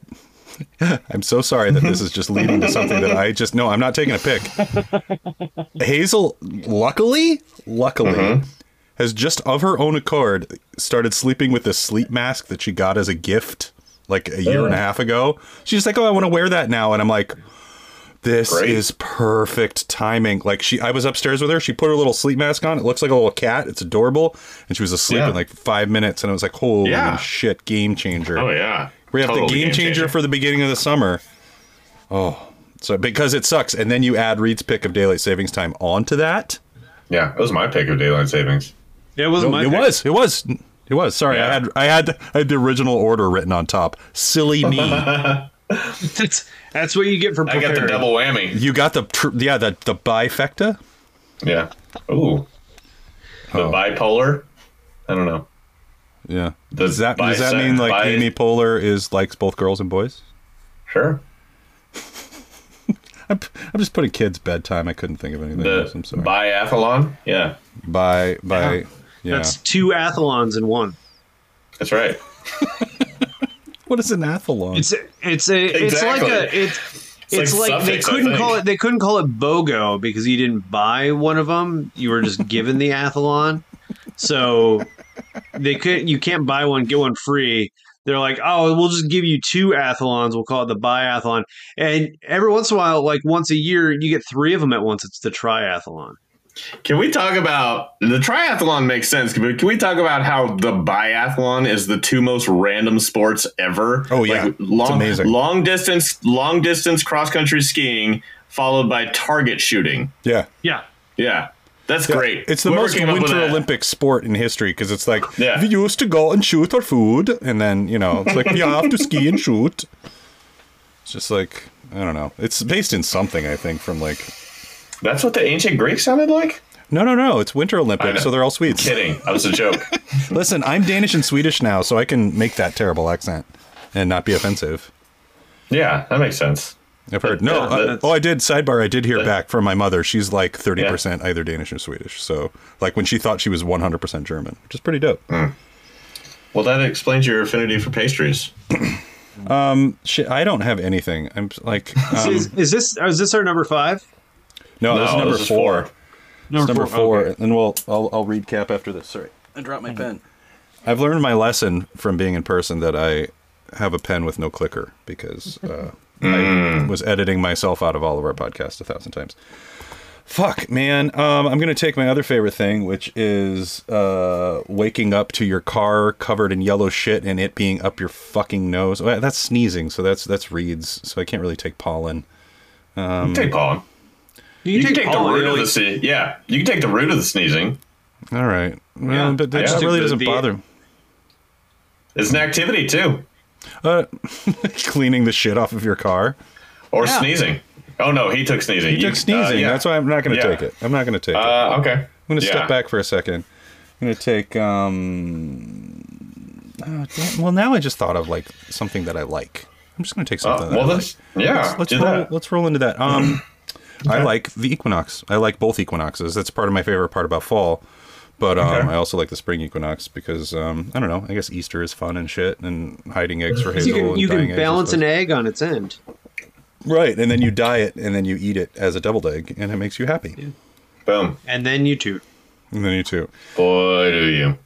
B: I'm so sorry that this is just leading to something that I just no, I'm not taking a pick. Hazel, luckily, luckily,
C: Mm-hmm.
B: has just of her own accord started sleeping with this sleep mask that she got as a gift like a year
C: Oh.
B: and a half ago. She's like, "Oh, I want to wear that now," and I'm like. This
C: Great.
B: is perfect timing. Like she, I was upstairs with her. She put her little sleep mask on. It looks like a little cat. It's adorable, and she was asleep
C: Yeah.
B: in like five minutes. And I was like, "Holy
C: Yeah.
B: shit, game changer!"
C: Oh yeah.
B: We have
C: Total
B: the game, changer, for the beginning of the summer. Oh, so because it sucks, and then you add Reed's pick of daylight savings time onto that.
C: Yeah, that was my pick of daylight savings.
A: It wasn't
B: No,
A: my
B: it
A: pick.
B: was, it was, it was. Sorry, I
C: Yeah.
B: had, I had, I had the original order written on top. Silly me.
A: That's, that's what you get for
C: I
A: preparing.
C: got the double whammy.
B: you got the, tr- yeah, the the bifecta.
C: Yeah. Ooh. The bipolar. I don't know.
B: Yeah.
C: The
B: does that does that
C: bisect-
B: mean like
C: bi-
B: Amy Poehler is likes both girls and boys?
C: Sure.
B: I'm, I'm just putting kids bedtime. I couldn't think of anything
C: The
B: else. I'm sorry.
C: biathlon. Yeah,
B: By by. Yeah.
A: That's two athlons in one.
C: that's right.
B: what is an athlon?
A: It's it's a it's
C: Exactly.
A: like a it's it's,
C: like
A: like,
C: suffix, I
A: they couldn't
C: think.
A: call it they couldn't call it bogo because you didn't buy one of them. You were just given the athlon, so they could you can't buy one get one free. They're like, oh, we'll just give you two athlons. We'll call it the biathlon. And every once in a while, like once a year, you get three of them at once. It's the triathlon.
C: Can we talk about the triathlon? Makes sense, but can we talk about how the biathlon is the two most random sports ever?
B: Oh, yeah. It's
C: long
B: amazing.
C: long distance long distance cross country skiing followed by target shooting.
B: yeah.
A: Yeah,
C: Yeah, that's great.
B: It's the
C: Whoever
B: most
C: came up with
B: Winter
C: that-
B: Olympic sport in history because it's like
C: Yeah.
B: we used to go and shoot our food, and then you know it's like we have to ski and shoot. It's just like I don't know. It's based in something I think from like
C: That's what the ancient Greeks sounded like.
B: no no no. It's Winter
C: know.
B: Olympics, so they're all Swedes.
C: Kidding, that was a joke.
B: Listen, I'm Danish and Swedish now, so I can make that terrible accent and not be offensive.
C: yeah, that makes sense.
B: I've heard no.
C: Yeah,
B: uh,
C: that's-
B: oh, I did. Sidebar. I did hear back from my mother. She's like 30
C: Yeah.
B: percent either Danish or Swedish. So like when she thought she was 100 percent German, which is pretty dope.
C: Well, that explains your affinity for pastries.
B: Shit, I don't have anything. I'm like um,
A: is, is this oh, is this our number five?
B: No, this is number
C: Oh, this is
B: four.
C: four.
B: It's number four,
A: Okay.
B: and we'll I'll, I'll recap after this. Sorry, I dropped my pen. I've learned my lesson from being in person that I have a pen with no clicker because uh, I was editing myself out of all of our podcasts a thousand times. Fuck, man. Um, I'm gonna take my other favorite thing, which is uh, waking up to your car covered in yellow shit and it being up your fucking nose. Well, that's sneezing, so that's that's reeds. So I can't really take pollen.
C: take pollen.
A: You,
C: You, can take, the
A: all
C: root of
A: really-
C: the sneezing. Yeah, you can take the root of the sneezing.
B: All right. Well,
A: Yeah,
B: but
A: I
B: that
A: just took
B: really
A: the-
B: doesn't
A: the-
B: bother me.
C: It's an activity too,
B: Uh, cleaning the shit off of your car.
C: or sneezing. Oh no, he took sneezing.
B: You took sneezing. That's why I'm not going to
C: uh, Yeah.
B: take it. I'm not going to take it.
C: Uh, okay. I'm
B: I'm going to step back for a second. I'm going to take. um oh, damn. Well, now I just thought of like something that I like. I'm just going to take something. that
C: Uh, well,
B: I
C: that's yeah.
B: like. let's
C: do
B: roll.
C: that.
B: Let's roll into that. Um, I like the equinox. I like both equinoxes. That's part of my favorite part about fall. But um, I also like the spring equinox because um, I don't know. I guess Easter is fun and shit, and hiding eggs for
A: You
B: Hazel.
A: can
B: and
A: you
B: dyeing
A: can
B: eggs is
A: balance
B: fun.
A: an egg on its end.
B: Right, and then you dye it, and then you eat it as a deviled egg, and it makes you happy.
C: Boom.
A: And then you two.
B: And then you too.
C: Boy, do you!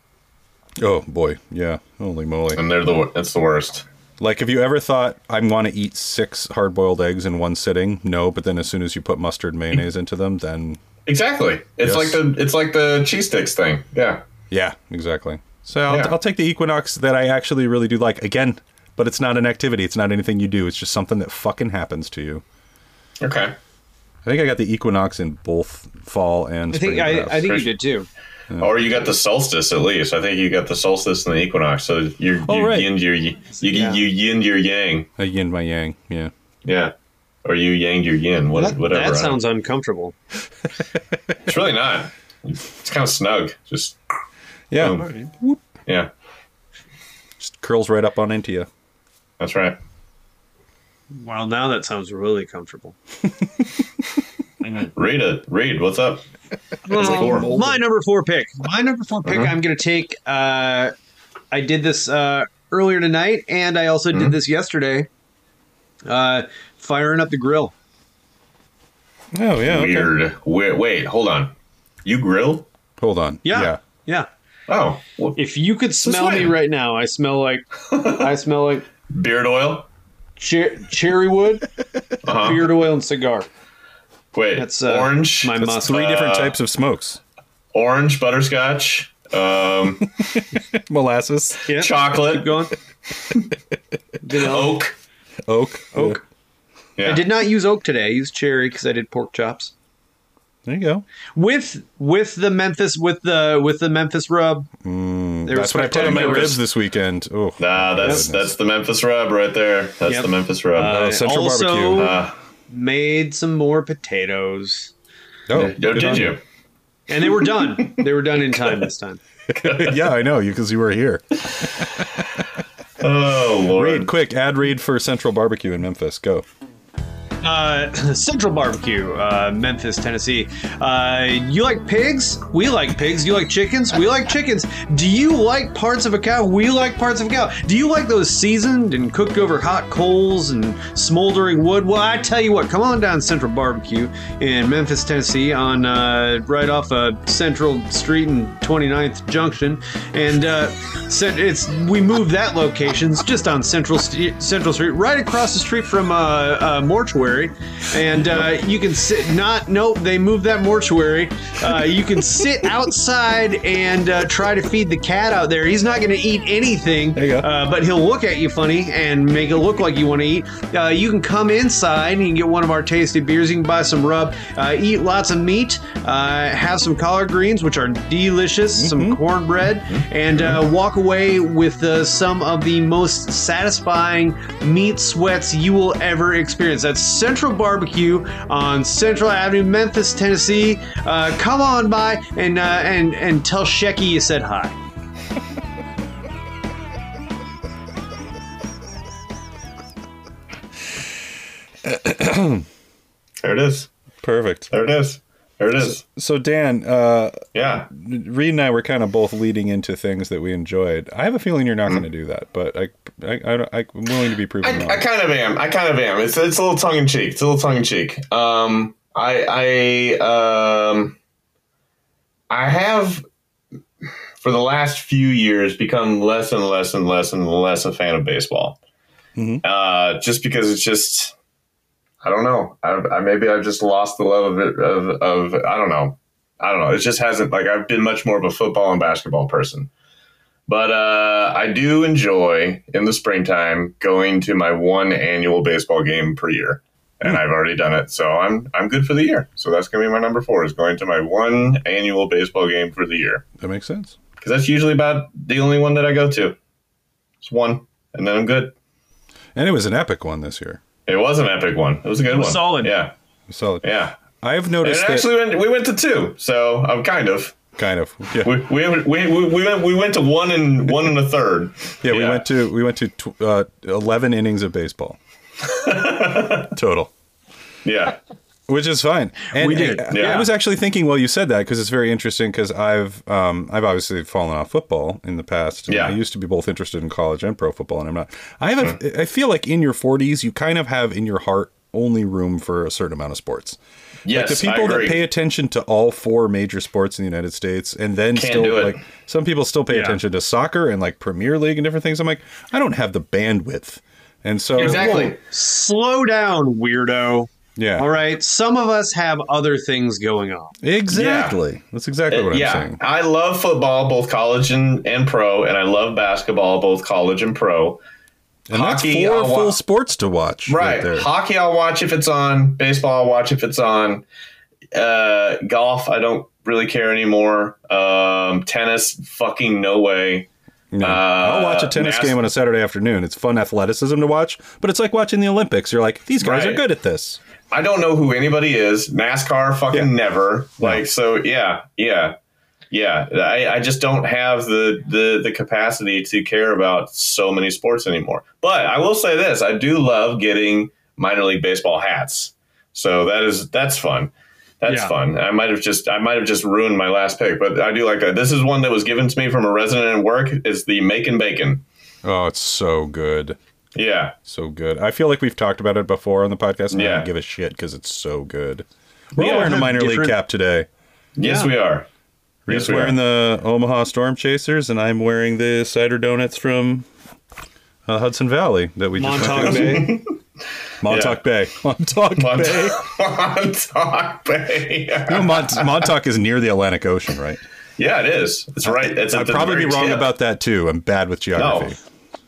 B: Oh boy, yeah, holy moly!
C: And they're the wor- that's the worst.
B: Like, have you ever thought I am going to eat six hard-boiled eggs in one sitting? No, but then as soon as you put mustard and mayonnaise into them, then
C: Exactly.
B: Yes.
C: It's like the it's like the cheese sticks thing. Yeah.
B: yeah, exactly. So I'll,
C: Yeah.
B: I'll take the equinox that I actually really do like again, but it's not an activity. It's not anything you do. It's just something that fucking happens to you.
C: Okay.
B: I think I got the equinox in both fall and
A: I think
B: spring.
A: I,
B: drafts.
A: I think you did too.
C: Or you got the solstice at least. I think you got the solstice and the equinox. So you're
B: Oh,
C: you
B: right.
C: yin to your you
A: Yeah.
C: you yin to your yang.
B: I Uh, yin my yang. Yeah.
C: Yeah. Or you yang your yin. What,
A: That,
C: whatever. I
A: that
C: don't-
A: sounds uncomfortable.
C: It's really not. It's kind of snug. Just
B: Yeah.
C: Boom. yeah.
B: Just curls right up on into you.
C: That's right.
A: Well, now that sounds really comfortable.
C: Read it. Read. What's up?
A: Um, my number four Uh-huh. pick. My number four pick. I'm going to take. Mm-hmm. Uh, I did this uh, earlier tonight, and I also did this yesterday. uh, firing up the grill.
B: Oh yeah. Okay.
C: Weird. Wait, wait, hold on. You grill?
B: Hold on.
A: Yeah.
B: Yeah.
A: Yeah.
C: Oh, well,
A: If you could smell me
C: way.
A: right now, I smell like I smell like
C: beard oil.
A: cher- cherry wood,
C: Uh-huh.
A: beard oil, and cigar.
C: Wait,
A: That's, uh,
C: orange,
A: My
B: That's
A: must.
B: three different
C: Uh,
B: types of smokes.
C: orange butterscotch, um,
B: Molasses,
A: Yeah.
C: chocolate,
A: Keep going. Vanilla.
C: oak.
B: oak, oak.
C: Yeah.
A: I did not use oak today. I used cherry because I did pork chops
B: There you go.
A: with with the Memphis with the with the Memphis rub. they were
B: Mm, That's what I put on my
A: spectacular.
B: ribs this weekend. Oh,
C: Nah,
B: Goodness.
C: that's that's the Memphis rub right there. That's
A: Yep.
C: the Memphis rub.
A: I
B: Central
A: also
B: barbecue.
C: Uh,
A: made some more potatoes,
B: oh,
C: yo,
B: good on
C: did you?
A: and they were done. they were done in time this time.
B: yeah, I know you because you were here.
C: Oh
B: Read
C: lord.
B: quick ad read for Central Barbecue in Memphis. Go.
A: uh, Central Barbecue, uh, Memphis, Tennessee. Uh, you like pigs? We like pigs. You like chickens? We like chickens. Do you like parts of a cow? We like parts of a cow. Do you like those seasoned and cooked over hot coals and smoldering wood? Well, I tell you what, come on down to Central Barbecue in Memphis, Tennessee, on uh, right off uh, Central Street and 29th Junction, and uh, sent, it's we moved that location it's just on Central St- Central Street, right across the street from uh, uh, mortuary, and uh, you can sit. Not nope, they moved that mortuary. Uh, you can sit outside and uh, try to feed the cat out there. He's not going to eat anything,
B: There you go.
A: Uh, but he'll look at you funny and make it look like you want to eat. Uh, you can come inside and you can get one of our tasty beers. You can buy some rub, uh, eat lots of meat, uh, have some collard greens, which are delicious, some cornbread, and uh, walk away with uh, some of the most satisfying meat sweats you will ever experience. That's Central Barbecue on Central Avenue, Memphis, Tennessee. Uh, come on by and uh, and and tell Shecky you said hi.
C: There it is.
B: Perfect.
C: There it is. There it is.
B: So Dan, uh,
C: Yeah.
B: Reed and I were kind of both leading into things that we enjoyed. I have a feeling you're not going to do that, but I, I, I, I'm willing to be proven
C: I,
B: wrong.
C: I kind of am. I kind of am. It's it's a little tongue in cheek. It's a little tongue in cheek. Um, I I um, I have for the last few years become less and less and less and less a fan of baseball.
B: Mhm.
C: Uh, just because it's just I don't know. I, I maybe I've just lost the love of it. Of, of I don't know. I don't know. It just hasn't like I've been much more of a football and basketball person. But uh, I do enjoy in the springtime going to my one annual baseball game per year, and
B: Hmm.
C: I've already done it, so I'm I'm good for the year. So that's gonna be my number four is going to my one annual baseball game for the year
B: that makes sense.
C: because that's usually about the only one that I go to. It's one, and then I'm good.
B: And it was an epic one this year.
C: It was an epic one. It was a good one.
A: solid.
C: Yeah,
B: Solid.
C: yeah.
B: I have
C: And
B: noticed
C: it
B: that
C: actually, went, we went to two, so I'm kind of.
B: kind of. Yeah.
C: We we, we, we, we went we went to one and one and a third.
B: Yeah, we went to we went to tw- uh, eleven innings of baseball total,
C: Yeah.
B: which is fine. And
A: We did.
B: I,
C: Yeah.
B: I was actually thinking while you said that because it's very interesting because I've um, I've obviously fallen off football in the past. and
C: Yeah.
B: I used to be both interested in college and pro football, and I'm not. I have
C: Hmm.
B: a, I feel like in your 40s, you kind of have in your heart only room for a certain amount of sports.
C: Yes.
B: the
C: I
B: people that
C: agree.
B: pay attention to all four major sports in the United States, and then
C: do
B: still
C: it.
B: like some people still pay attention to soccer and like Premier League and different things. I'm like, I don't have the bandwidth, and so
C: exactly.
A: Slow down, weirdo.
B: yeah,
A: All right. Some of us have other things going on.
B: exactly. That's exactly what I'm
C: Uh, yeah,
B: saying.
C: I love football, both college and, and pro, and I love basketball, both college and pro.
B: And that's
C: Hockey,
B: 4
C: I'll
B: full
C: watch.
B: sports to watch, right,
C: Right.
B: there.
C: Hockey, I'll watch if it's on. Baseball, I'll watch if it's on. Uh, golf, I don't really care anymore. Um, tennis, fucking no way.
B: No.
C: Uh,
B: I'll watch a tennis
C: nas-
B: game on a Saturday afternoon. It's fun athleticism to watch, but it's like watching the Olympics. You're like, these guys
C: Right.
B: are good at this.
C: I don't know who anybody is. NASCAR, fucking
B: Yeah.
C: never. Like so, yeah, yeah, yeah. I, I just don't have the, the the capacity to care about so many sports anymore. But I will say this: I do love getting minor league baseball hats. So that is that's fun. That's
A: Yeah.
C: fun. I might have just I might have just ruined my last pick, but I do like that. This is one that was given to me from a resident at work. Is the Macon Bacon.
B: Oh, it's so good.
C: Yeah.
B: So good. I feel like we've talked about it before on the podcast. And I
C: Yeah.
B: don't give a shit because it's so good. We're
C: We
B: all
C: all
B: wearing a
A: have
B: minor league
A: different-
B: cap today.
C: Yes, we are. Yes,
B: He's
C: we are.
B: wearing the Omaha Storm Chasers, and I'm wearing the cider donuts from uh, Hudson Valley that we just
A: Montauk
B: went to.
A: Bay.
B: Montauk Bay. Montauk
C: Mont-
B: Bay.
C: Montauk Bay.
B: No, Mont- Montauk is near the Atlantic Ocean, right?
C: yeah, it is. It's right. It's at
B: I'd
C: the
B: probably be
C: very
B: wrong
C: tip.
B: about that too. I'm bad with
C: no.
B: geography.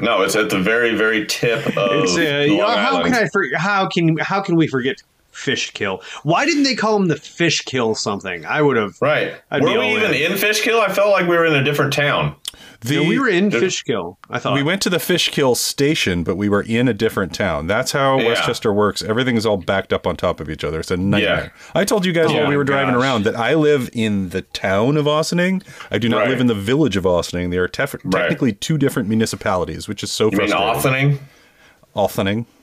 C: No, it's at the very, very tip of
A: It's, uh,
C: Oh, Long
A: you know, how
C: Island.
A: can I for, how can how can we forget fish kill? Why didn't they call him the fish kill something? I would have.
C: right.
A: I'd be
C: were we
A: all
C: even
A: in.
C: in Fishkill? I felt like we were in a different town.
B: The-
A: No, we were in
C: the-
A: fish kill. I
C: uh,
A: thought
B: we went to the Fishkill station, but we were in a different town. That's how
C: Yeah.
B: Westchester works. Everything is all backed up on top of each other. It's a nightmare. I told you guys
C: Oh
B: while we
C: my
B: were driving
C: gosh.
B: around that I live in the town of Ossining. I do not
C: Right.
B: live in the village of Ossining. They are tef- technically two different municipalities, which is so
C: You mean
B: frustrating.
C: Othening?
B: Ossining.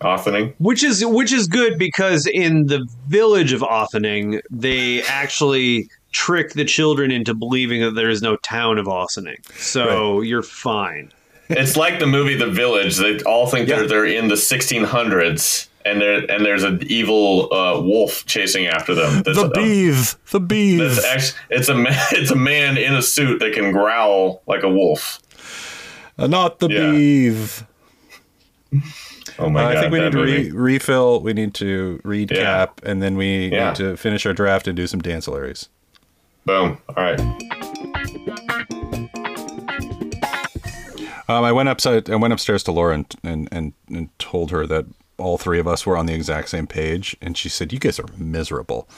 C: Othening?
A: which is which is good because in the village of Othening, they actually trick the children into believing that there is no town of Othening. So you're fine.
C: it's like the movie The Village. They all think
B: Yeah.
C: they're they're in the 1600s, and there and there's an evil uh, wolf chasing after them. That's,
B: The bees. The bees.
C: It's, actually, it's a ma- it's a man in a suit that can growl like a wolf.
B: Uh, Not the
C: Yeah.
B: bees.
C: Oh my god!
B: Uh, I think we
C: that
B: need to re-
C: movie.
B: refill. We need to read
C: Yeah.
B: cap, and then we
C: Yeah.
B: need to finish our draft and do some dancillaries.
C: boom. All right.
B: Um, I went upside. I went upstairs to Laura and, and and and told her that all three of us were on the exact same page, and she said, "You guys are miserable."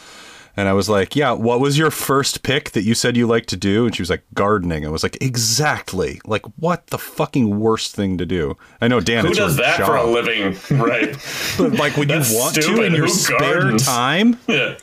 B: And I was like, "Yeah, what was your first pick that you said you like to do?" And she was like, "Gardening." I was like, "Exactly! Like, what the fucking worst thing to do?" I know, Dan.
C: Who
B: it's
C: does
B: your
C: that for a
B: job.
C: living? Right.
B: But like, when you
C: That's
B: want to
C: stupid.
B: in your
C: Who
B: spare
C: gardens?
B: time,
C: Yeah.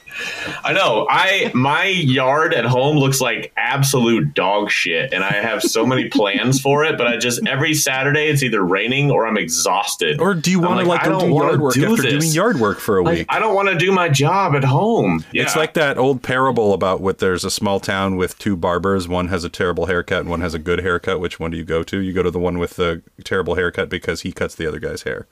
C: I know. I my yard at home looks like absolute dog shit, and I have so many plans for it. But I just every Saturday it's either raining or I'm exhausted.
B: or do you
C: I'm
B: want to
C: like,
B: like,
C: I
B: go
C: don't
B: do
C: wanna
B: yard work
C: do
B: after
C: this.
B: doing yard work for a
C: Like,
B: week?
C: I don't want to do my job at home. Yeah.
B: It's like that old parable about with there's a small town with two barbers. One has a terrible haircut and one has a good haircut. Which one do you go to? You go to the one with the terrible haircut because he cuts the other guy's hair.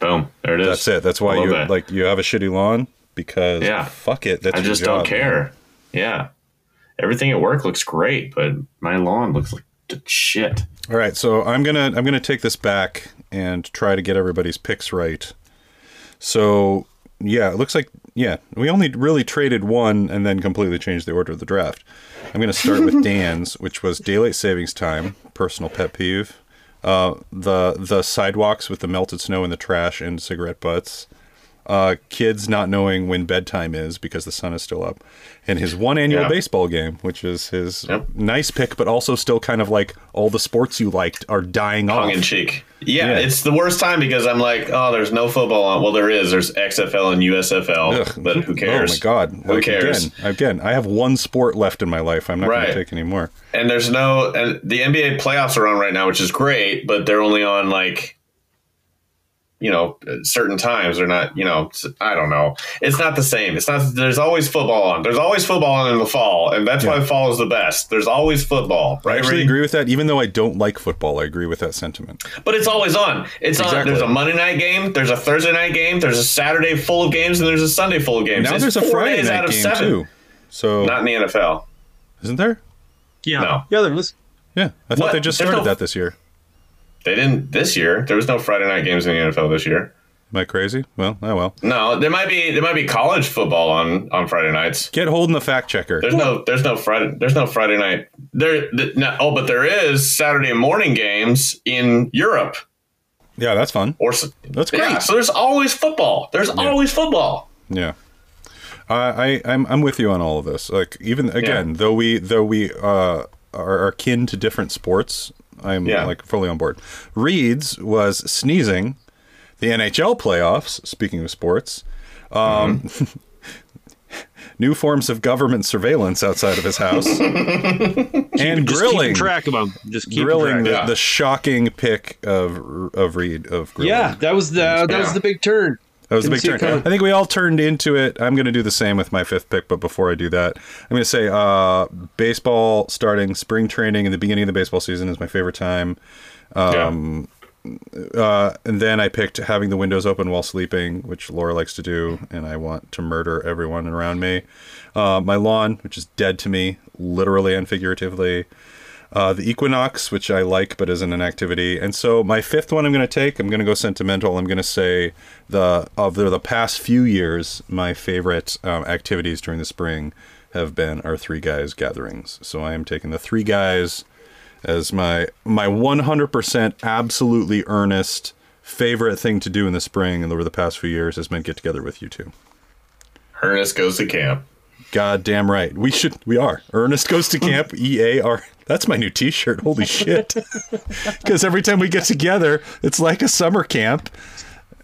C: boom. There it is.
B: That's it. That's why
C: I love
B: you
C: that.
B: like you have a shitty lawn because
C: Yeah.
B: fuck it. That's
C: I
B: your
C: just don't
B: job.
C: care. Yeah. Everything at work looks great, but my lawn looks like d- shit.
B: All right, so I'm gonna I'm gonna take this back and try to get everybody's picks right. So yeah, it looks like yeah we only really traded one and then completely changed the order of the draft. I'm gonna start with Dan's, which was daylight savings time, personal pet peeve. Uh, the the sidewalks with the melted snow and the trash and cigarette butts. Uh, kids not knowing when bedtime is because the sun is still up, and his one annual
C: Yeah.
B: baseball game, which is his
C: Yep.
B: nice pick, but also still kind of like all the sports you liked are dying off.
C: Tongue in cheek. Yeah,
B: Yeah.
C: it's the worst time because I'm like, oh, there's no football on. Well, there is. There's XFL and USFL,
B: Ugh.
C: but who cares?
B: Oh my god!
C: Who
B: Like,
C: cares?
B: Again, again, I have one sport left in my life. I'm not
C: Right.
B: going to take any more.
C: And there's no. And the NBA playoffs are on right now, which is great, but they're only on like, you know, at certain times. They're not. You know, s- I don't know. It's not the same. It's not. There's always football on. There's always football on in the fall, and that's why fall is the best. There's always football,
B: I
C: right?
B: actually
C: Reed?
B: agree with that. Even though I don't like football, I agree with that sentiment.
C: But it's always on. It's on.
B: Exactly.
C: There's a Monday night game. There's a Thursday night game. There's a Saturday full of games, and there's a Sunday full of games.
B: Now
C: It's
B: there's a
C: four
B: Friday
C: days
B: night
C: out of
B: game
C: seven.
B: too. So
C: Not in the NFL.
B: isn't there?
A: Yeah.
C: No.
A: Yeah, there was.
B: Yeah, I thought
C: What?
B: they just
C: There's
B: started
C: no-
B: that this year.
C: They didn't this year. There was no Friday night games in the NFL this year.
B: Am I crazy? Well, oh well.
C: No, there might be there might be college football on on Friday nights.
B: Get holding the fact checker.
C: There's no there's no Friday there's no Friday night there. Th- no, oh, but there is Saturday morning games in Europe
B: Yeah, that's fun.
C: or s-
B: That's great.
C: Yeah, so there's always football. There's always football.
B: Yeah. I, I I'm I'm with you on all of this. Like even again, though we though we uh are, are kin to different sports, I'm
C: Yeah.
B: like fully on board. Reeds was sneezing, the NHL playoffs, speaking of sports. Um
C: Mm-hmm.
B: new forms of government surveillance outside of his house. and
A: Just
B: grilling
A: keep track of them. Just keep
B: grilling
A: Track.
B: the,
C: Yeah.
B: the shocking pick of of Reed of grilling.
A: Yeah, that was the that was the big turn.
B: That was the
A: Didn't
B: big
A: see it
B: turn. I
A: coming.
B: think we all turned into it. I'm going to do the same with my fifth pick, but before I do that, I'm going to say uh, baseball starting spring training and the beginning of the baseball season is my favorite time.
C: Um,
B: uh, and then I picked having the windows open while sleeping, which Laura likes to do, and I want to murder everyone around me. Uh, my lawn, which is dead to me, literally and figuratively. Uh, the equinox, which I like but isn't an activity. And so my fifth one I'm going to take, I'm going to go sentimental. I'm going to say the of the, the past few years, my favorite um, activities during the spring have been our three guys gatherings. So I am taking the three guys as my my 100% absolutely earnest favorite thing to do in the spring and over the past few years has been get together with you two.
C: Ernest goes to camp.
B: God damn right. We should we are. Ernest goes to camp E A R. That's my new t-shirt. Holy shit. Cuz every time we get together, it's like a summer camp.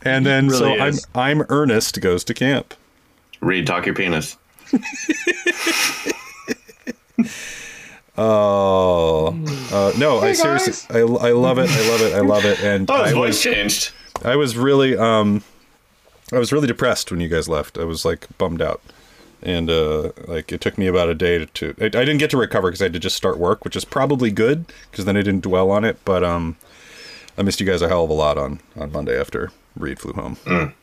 B: And then so
C: really is.
B: I'm I'm Ernest goes to camp.
C: Reed, talk your penis.
B: Oh. Uh, no, I seriously I, I love it. I love it. I love it and
C: Oh, his
B: I
C: voice
B: was-
C: changed.
B: I was really um I was really depressed when you guys left. I was like bummed out. And uh like it took me about a day to I, I didn't get to recover cuz I had to just start work, which is probably good cuz then I didn't dwell on it, but um I missed you guys a hell of a lot on on Monday after Reed flew home. So I mean,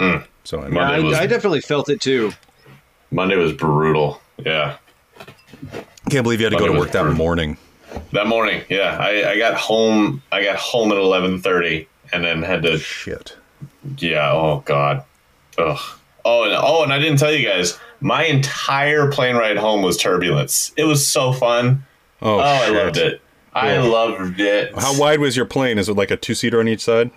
C: Mm. Monday
A: I,
C: was
A: I definitely felt it too.
C: Monday was brutal. Yeah,
B: can't believe you had to go
C: Monday
B: to
C: was
B: work that
C: brutal.
B: morning.
C: that morning. Yeah, I, I got home. I got home at eleven thirty, and then had to.
B: Shit.
C: Yeah. Oh God. Ugh. Oh, and oh, and I didn't tell you guys. My entire plane ride home was turbulence. It was so fun.
B: Oh,
C: Oh, I
B: shit.
C: loved it. I
B: Yeah.
C: loved it.
B: How wide was your plane? Is it like a two-seater on each side?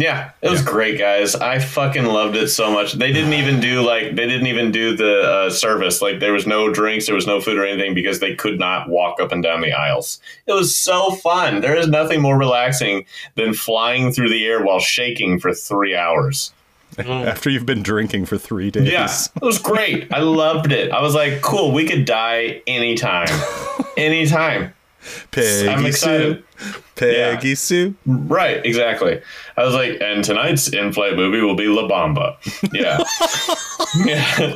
C: Yeah, it was great, guys. I fucking loved it so much. They didn't even do like they didn't even do the uh, service. Like there was no drinks, there was no food or anything because they could not walk up and down the aisles. It was so fun. There is nothing more relaxing than flying through the air while shaking for three hours.
B: After you've been drinking for 3 days.
C: Mm. Yeah, it was great. I loved it. I was like, cool. We could die anytime, anytime.
B: Peggy
C: I'm
B: Sue.
C: excited.
B: Peggy Sue.
C: Right, exactly. I was like, and tonight's in-flight movie will be La Bamba. Yeah. yeah.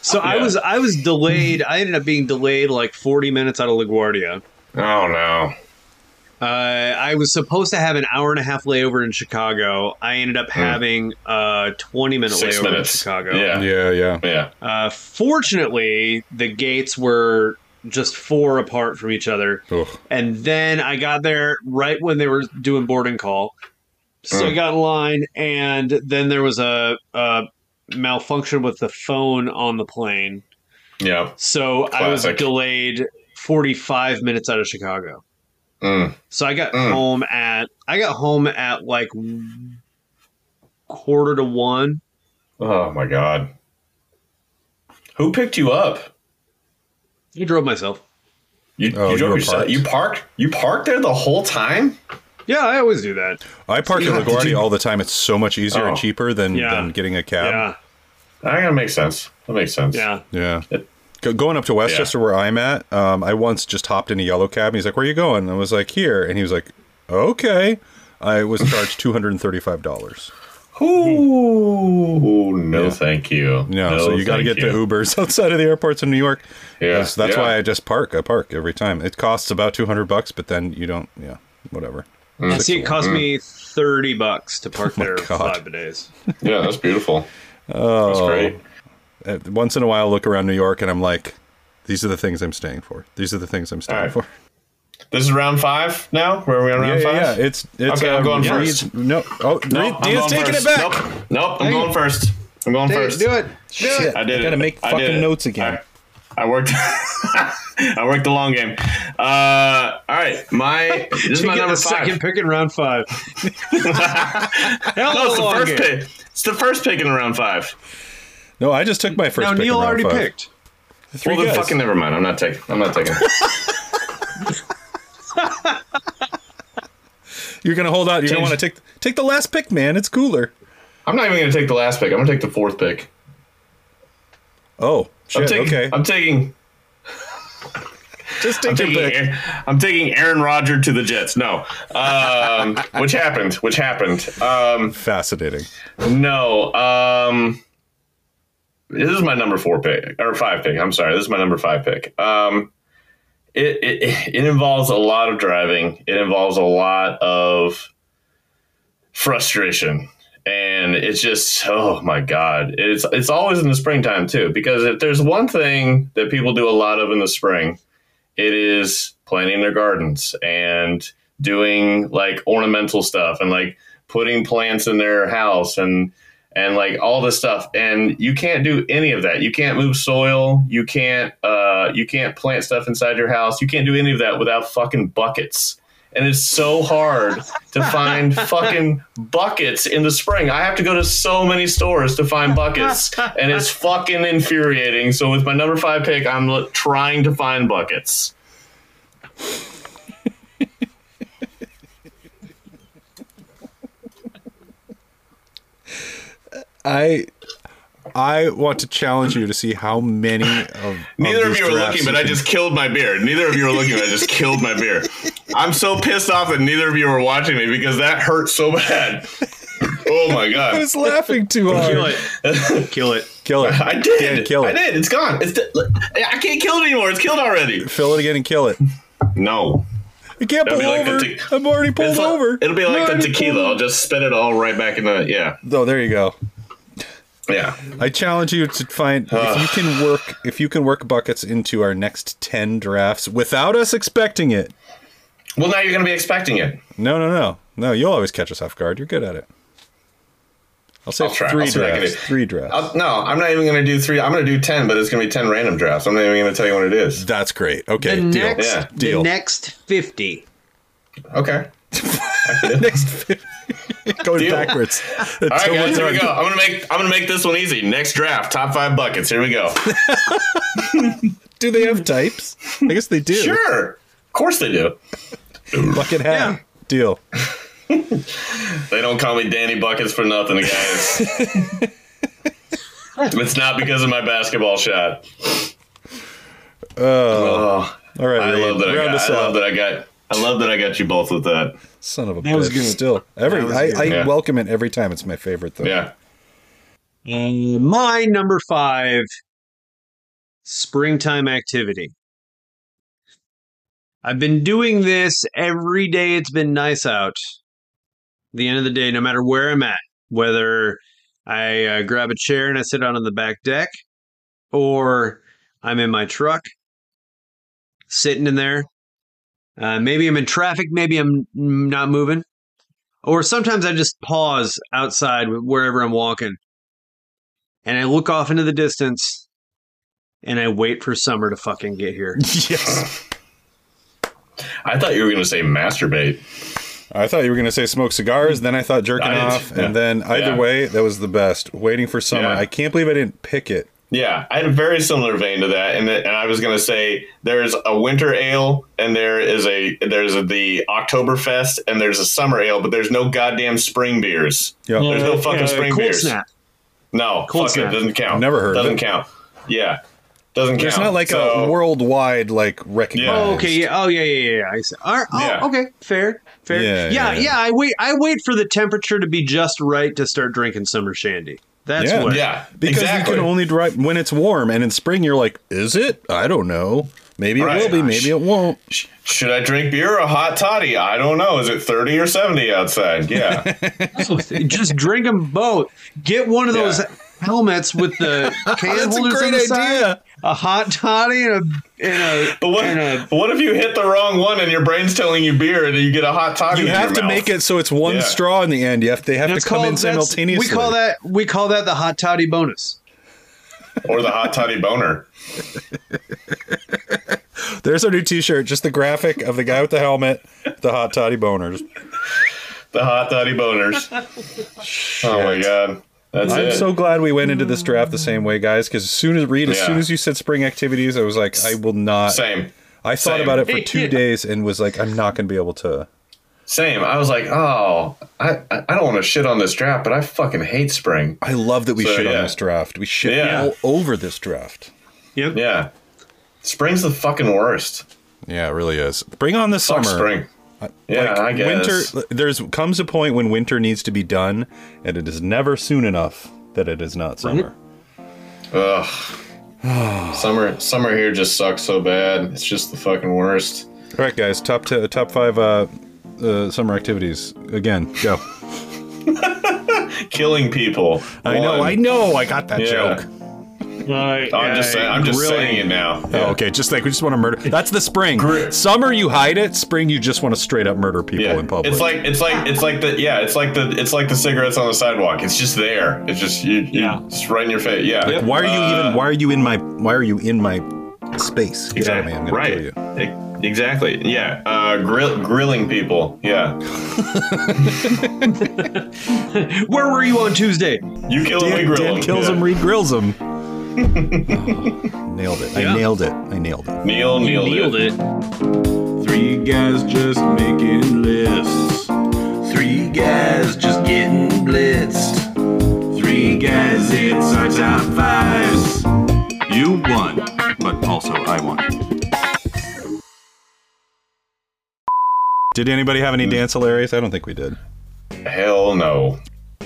A: So I
C: Yeah.
A: was I was delayed. I ended up being delayed like 40 minutes out of LaGuardia.
C: Oh no.
A: Uh, I was supposed to have an hour and a half layover in Chicago. I ended up having a 20 minute
C: Six
A: layover
C: minutes.
A: in Chicago.
C: Yeah.
B: Yeah, yeah.
C: Yeah.
A: Uh, fortunately, the gates were just four apart from each other.
B: Ugh.
A: And then I got there right when they were doing boarding call. So I got in line, and then there was a, a malfunction with the phone on the plane.
C: Yeah.
A: So I was
C: Classic.
A: delayed 45 minutes out of Chicago.
C: Mm.
A: So I got
C: Mm.
A: home at I got home at like quarter to one.
C: Oh my god. Who picked you up?
A: I drove myself.
C: You,
B: Oh,
C: you
B: you
C: drove
B: were
C: yourself.
B: parked.
C: You parked. You parked there the whole time.
A: Yeah, I always do that.
B: I park
C: Yeah,
B: at
C: did
B: LaGuardia
C: you-
B: all the time. It's so much easier and
C: Oh.
B: cheaper than,
A: Yeah.
B: than getting a cab.
A: yeah,
C: I gotta make sense. That makes sense.
A: yeah.
B: Yeah.
C: It-
B: Go- going up to Westchester where I'm at, um, I once just hopped in a yellow cab and he's like, Where are you going? And I was like, Here. And he was like, Okay. I was charged $235.
C: Ooh, no, thank you.
B: No, so you got to
C: Oh, thank
B: get the Ubers outside of the airports in New York.
C: Yeah,
B: That's, that's
C: yeah.
B: why I just park. I park every time. It costs about 200 bucks, but then you don't, yeah, whatever.
A: See, it cost me thirty bucks to park
B: my
A: there
B: God.
A: five days.
C: Yeah, that's beautiful. Oh, that's great.
B: Uh, Once in a while, I look around New York and I'm like, These are the things I'm staying for. These are the things I'm staying
C: All right.
B: for.
C: This is round five now. Where are we on round
B: yeah, yeah,
C: five?
B: yeah. It's it's
C: Okay, I'm going
B: yeah,
C: first.
B: Reed's- No, oh,
C: No,
B: Reed,
C: I'm
B: Dan's
C: going
B: taking
C: first.
B: it back.
C: Nope, nope. I'm going first. I'm going first.
A: it.
B: Shit,
C: I did.
B: gotta
C: it.
B: make
C: I did
B: fucking
C: it.
B: notes again.
C: I, I worked. I worked the long game. Uh, all right, my this is
A: Did you
C: my
A: get
C: number
A: the
C: five.
A: second pick in round five? Hell
C: no, Oh, it's the
A: long
C: first
A: game.
C: pick. It's the first pick in round five.
B: No, I just took my first.
A: Now
B: pick in
A: Neil
B: round
A: already
B: five.
A: picked.
B: Three
C: well, then
B: guys.
C: fucking never mind. I'm not taking. I'm not taking. it.
B: You're gonna hold out. You're gonna
C: Change-
B: want to take take the last pick, man. It's cooler.
C: I'm not even going to take the last pick. I'm going to take the fourth pick.
B: Oh
C: I'm
B: shit.
C: taking.
B: okay,
C: I'm taking.
B: just take
C: I'm
B: your
C: taking,
B: pick.
C: Aaron, I'm taking Aaron Rodgers to the Jets. No, um, which happened. Which happened. Um,
B: Fascinating.
C: No. Um This is my number four pick or five pick. I'm sorry. This is my number five pick. Um it it, it involves a lot of driving. It involves a lot of frustration. And it's just oh my god, it's it's always in the springtime too because if there's one thing that people do a lot of in the spring, it is planting their gardens and doing like ornamental stuff and like putting plants in their house and and like all this stuff and you can't do any of that you can't move soil you can't uh, you can't plant stuff inside your house you can't do any of that without fucking buckets and it's so hard to find fucking buckets in the spring i have to go to so many stores to find buckets and it's fucking infuriating so with my number five pick i'm l- trying to find buckets
B: I I want to challenge you to see how many of
C: Neither of
B: these
C: you were
B: drafts
C: looking, but I
B: can-
C: just killed my beer. Neither of you were looking, but I just killed my beer. I'm so pissed off that neither of you were watching me because that hurt so bad. Oh my
B: I
C: god.
B: was laughing too
A: Kill
B: hard.
A: it. Kill it.
B: Kill it.
C: I did.
B: Dan, kill
C: I
B: it.
C: did. It's gone. It's di- I can't kill it anymore. It's killed already.
B: Fill it again and kill it.
C: No.
B: I can't pull
C: That'd be like the
B: over.
C: te-
B: I'm already pulled
C: It's like-
B: over.
C: It'll be
B: I'm
C: like the
B: already pulled
C: tequila. I'll just spit it all right back in the yeah.
B: Oh, there you go.
C: Yeah.
B: I challenge you to find if
C: Ah.
B: you can work if you can work buckets into our next ten drafts without us expecting it.
C: Well now you're gonna be expecting it.
B: No, no, no, no. You'll always catch us off guard. You're good at it. I'll say
C: I'll try.
B: 3
C: I'll see what I can
B: drafts.
C: do.
B: Three drafts.
C: i no, I'm not even gonna do three. I'm gonna do ten, but it's gonna be ten random drafts. I'm not even gonna tell you what it is.
B: That's great. Okay,
E: the
B: deal.
E: next,
C: Yeah.
B: Deal.
E: the next fifty.
C: Okay.
B: Going
C: Deal.
B: backwards.
C: All right,
B: Until
C: guys,
B: we're
C: here we
B: done.
C: go. I'm gonna make I'm gonna make this one easy. Next draft, top five buckets. Here we go.
B: Do they have types? I guess they do.
C: sure, of course they do.
B: Bucket hat. Deal.
C: They don't call me Danny Buckets for nothing, guys. it's not because of my basketball shot. Oh,
B: All right,
C: I
B: Reed,
C: love that I
B: round
C: got.
B: us
C: I love
B: up.
C: that I got. I love that I got you both with that.
B: Son of a
A: That was
B: bitch.
A: good.
B: Still, every
A: was
B: I,
A: good.
B: I
C: Yeah.
B: welcome it every time. It's my favorite though.
C: Yeah.
A: Uh, my number five springtime activity. I've been doing this every day it's been nice out. At the end of the day, no matter where I'm at, whether I uh, grab a chair and I sit down on the back deck, or I'm in my truck sitting in there. Uh, maybe I'm in traffic, maybe I'm not moving. Or sometimes I just pause outside wherever I'm walking and I look off into the distance and I wait for summer to fucking get here.
B: yes.
C: I thought you were gonna say masturbate.
B: I thought you were going to say smoke cigars. Then I thought jerking
C: I did,
B: off.
C: yeah.
B: And then either
C: Yeah.
B: way, that was the best. Waiting for summer.
C: Yeah.
B: I can't believe I didn't pick it.
C: Yeah, I had a very similar vein to that, and and I was gonna say there's a winter ale, and there is a there's a, the Oktoberfest, and there's a summer ale, but there's no goddamn spring beers.
B: Yep.
C: There's no fucking spring
A: cold
C: beers.
A: snap.
C: No,
A: Cold
C: fuck it,
A: snap.
C: doesn't count.
B: Never heard of
C: Doesn't
B: it.
C: count. Yeah, doesn't count.
B: There's not like
C: So,
B: a worldwide like recognized.
C: Yeah.
A: Oh, okay. Yeah. Oh, yeah, yeah, yeah. I see. All right. Oh,
C: Yeah.
A: okay. Fair. Fair.
B: Yeah,
A: Yeah
B: yeah,
A: yeah,
B: yeah.
A: I wait. I wait for the temperature to be just right to start drinking summer shandy. That's
B: Yeah.
A: what.
C: Yeah,
B: Because
C: exactly.
B: you can only drive when it's warm, and in spring you're like, is it? I don't know. Maybe
C: Right.
B: it will be. Maybe it won't.
C: Should I drink beer or a hot toddy? I don't know. Is it thirty or seventy outside? Yeah,
A: Just drink them both. Get one of
C: Yeah.
A: those helmets with the can
B: That's a
A: holders on
B: great
A: the side.
B: idea.
A: A hot toddy and a and a.
C: but what?
A: and a
C: but what if you hit the wrong one and your brain's telling you beer and you get a hot toddy?
B: You
C: in
B: have
C: your
B: to
C: mouth?
B: make it so it's one
C: Yeah.
B: straw in the end. You have they have to
A: it's
B: come in
A: that's-
B: simultaneously.
A: We call that we call that the hot toddy bonus.
C: or the hot toddy boner.
B: There's our new T-shirt. Just the graphic of the guy with the helmet, the hot toddy boners.
C: The hot toddy boners. oh my god, that's
B: I'm
C: it.
B: so glad we went into this draft the same way, guys. Because as soon as Reed, as
C: Yeah.
B: soon as you said spring activities, I was like, I will not.
C: same,
B: I thought
C: Same.
B: about it for two
A: Yeah.
B: days and was like, I'm not going to be able to.
C: same. I was like, oh, I I I don't want to shit on this draft, but I fucking hate spring.
B: I love that we
C: So,
B: shit
C: yeah.
B: on this draft. We shit
C: Yeah.
B: all over this draft.
C: Yeah, spring's the fucking worst.
B: Yeah, it really is. Bring on the
C: Fuck
B: summer.
C: spring. Yeah, I guess.
B: Winter. There's comes a point when winter needs to be done, and it is never soon enough that it is not summer.
C: Ugh. summer, summer here just sucks so bad. It's just the fucking worst.
B: All right, guys. Top t- top five uh, uh, summer activities. Again, go.
C: killing people.
B: I know,
C: One.
B: I know, I got that
C: Yeah.
B: joke.
C: I'm just saying. I'm just saying it now.
B: Oh, okay, just like we just want to murder. That's the spring.
C: Gr-
B: Summer, you hide it. Spring, you just want to straight up murder people
C: Yeah.
B: in public.
C: It's like it's like it's like the yeah. It's like the it's like the cigarettes on the sidewalk. It's just there. It's just you. you
A: Yeah.
C: It's right in your face. Yeah.
B: Like, why are you
C: Uh,
B: even? Why are you in my? Why are you in my space? Get out of
C: Exactly.
B: me, I'm gonna kill you.
C: right. E- Exactly. Yeah. Uh, grill, grilling people. Yeah.
A: Where were you on Tuesday?
C: You kill them, we
B: Dan,
C: grill
B: Dan
C: them.
B: kills
C: yeah.
B: him, regrills him. nailed it. I nailed it. I nailed it.
C: Neil, Neil,
A: it.
F: Three guys just making lists. Three guys just getting blitzed. Three guys, it's our top fives. You won, but also I won.
B: Did anybody have any dance hilarious? I don't think we did.
C: Hell no.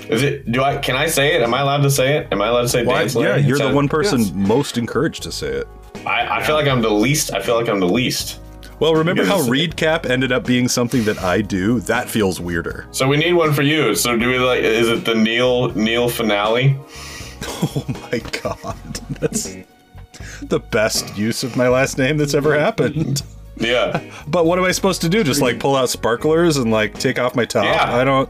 C: Is it? Do I? Can I say it? Am I allowed to say it? Am I allowed to say?
B: Why?
C: dance
B: Yeah,
C: Larry?
B: you're the
C: So-
B: one person most encouraged to say it.
C: I, I feel like I'm the least. I feel like I'm the least.
B: Well, remember how
C: Because-
B: read cap ended up being something that I do? That feels weirder.
C: So we need one for you. So do we like? Is it the Neil Neil finale?
B: Oh my god. That's the best use of my last name that's ever happened.
C: Yeah.
B: But what am I supposed to do? Just like pull out sparklers and like take off my top?
C: Yeah. Uh,
B: I don't.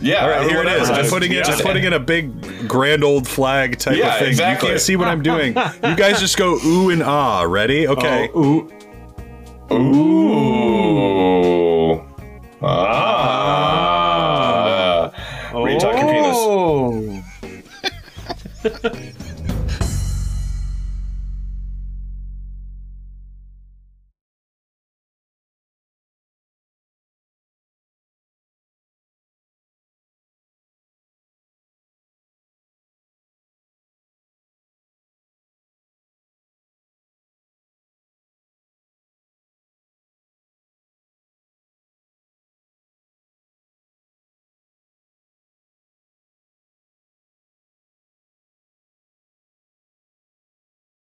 C: Yeah.
B: All right, here it
C: whatever.
B: is. I'm
C: Just-
B: putting in,
C: yeah.
B: I'm putting in a big grand old flag type
C: Yeah,
B: of thing.
C: exactly.
B: You can't see what I'm doing. You guys just go ooh and ah. Ready? Okay.
C: Ooh. Ah. Read talking penis.
A: Oh.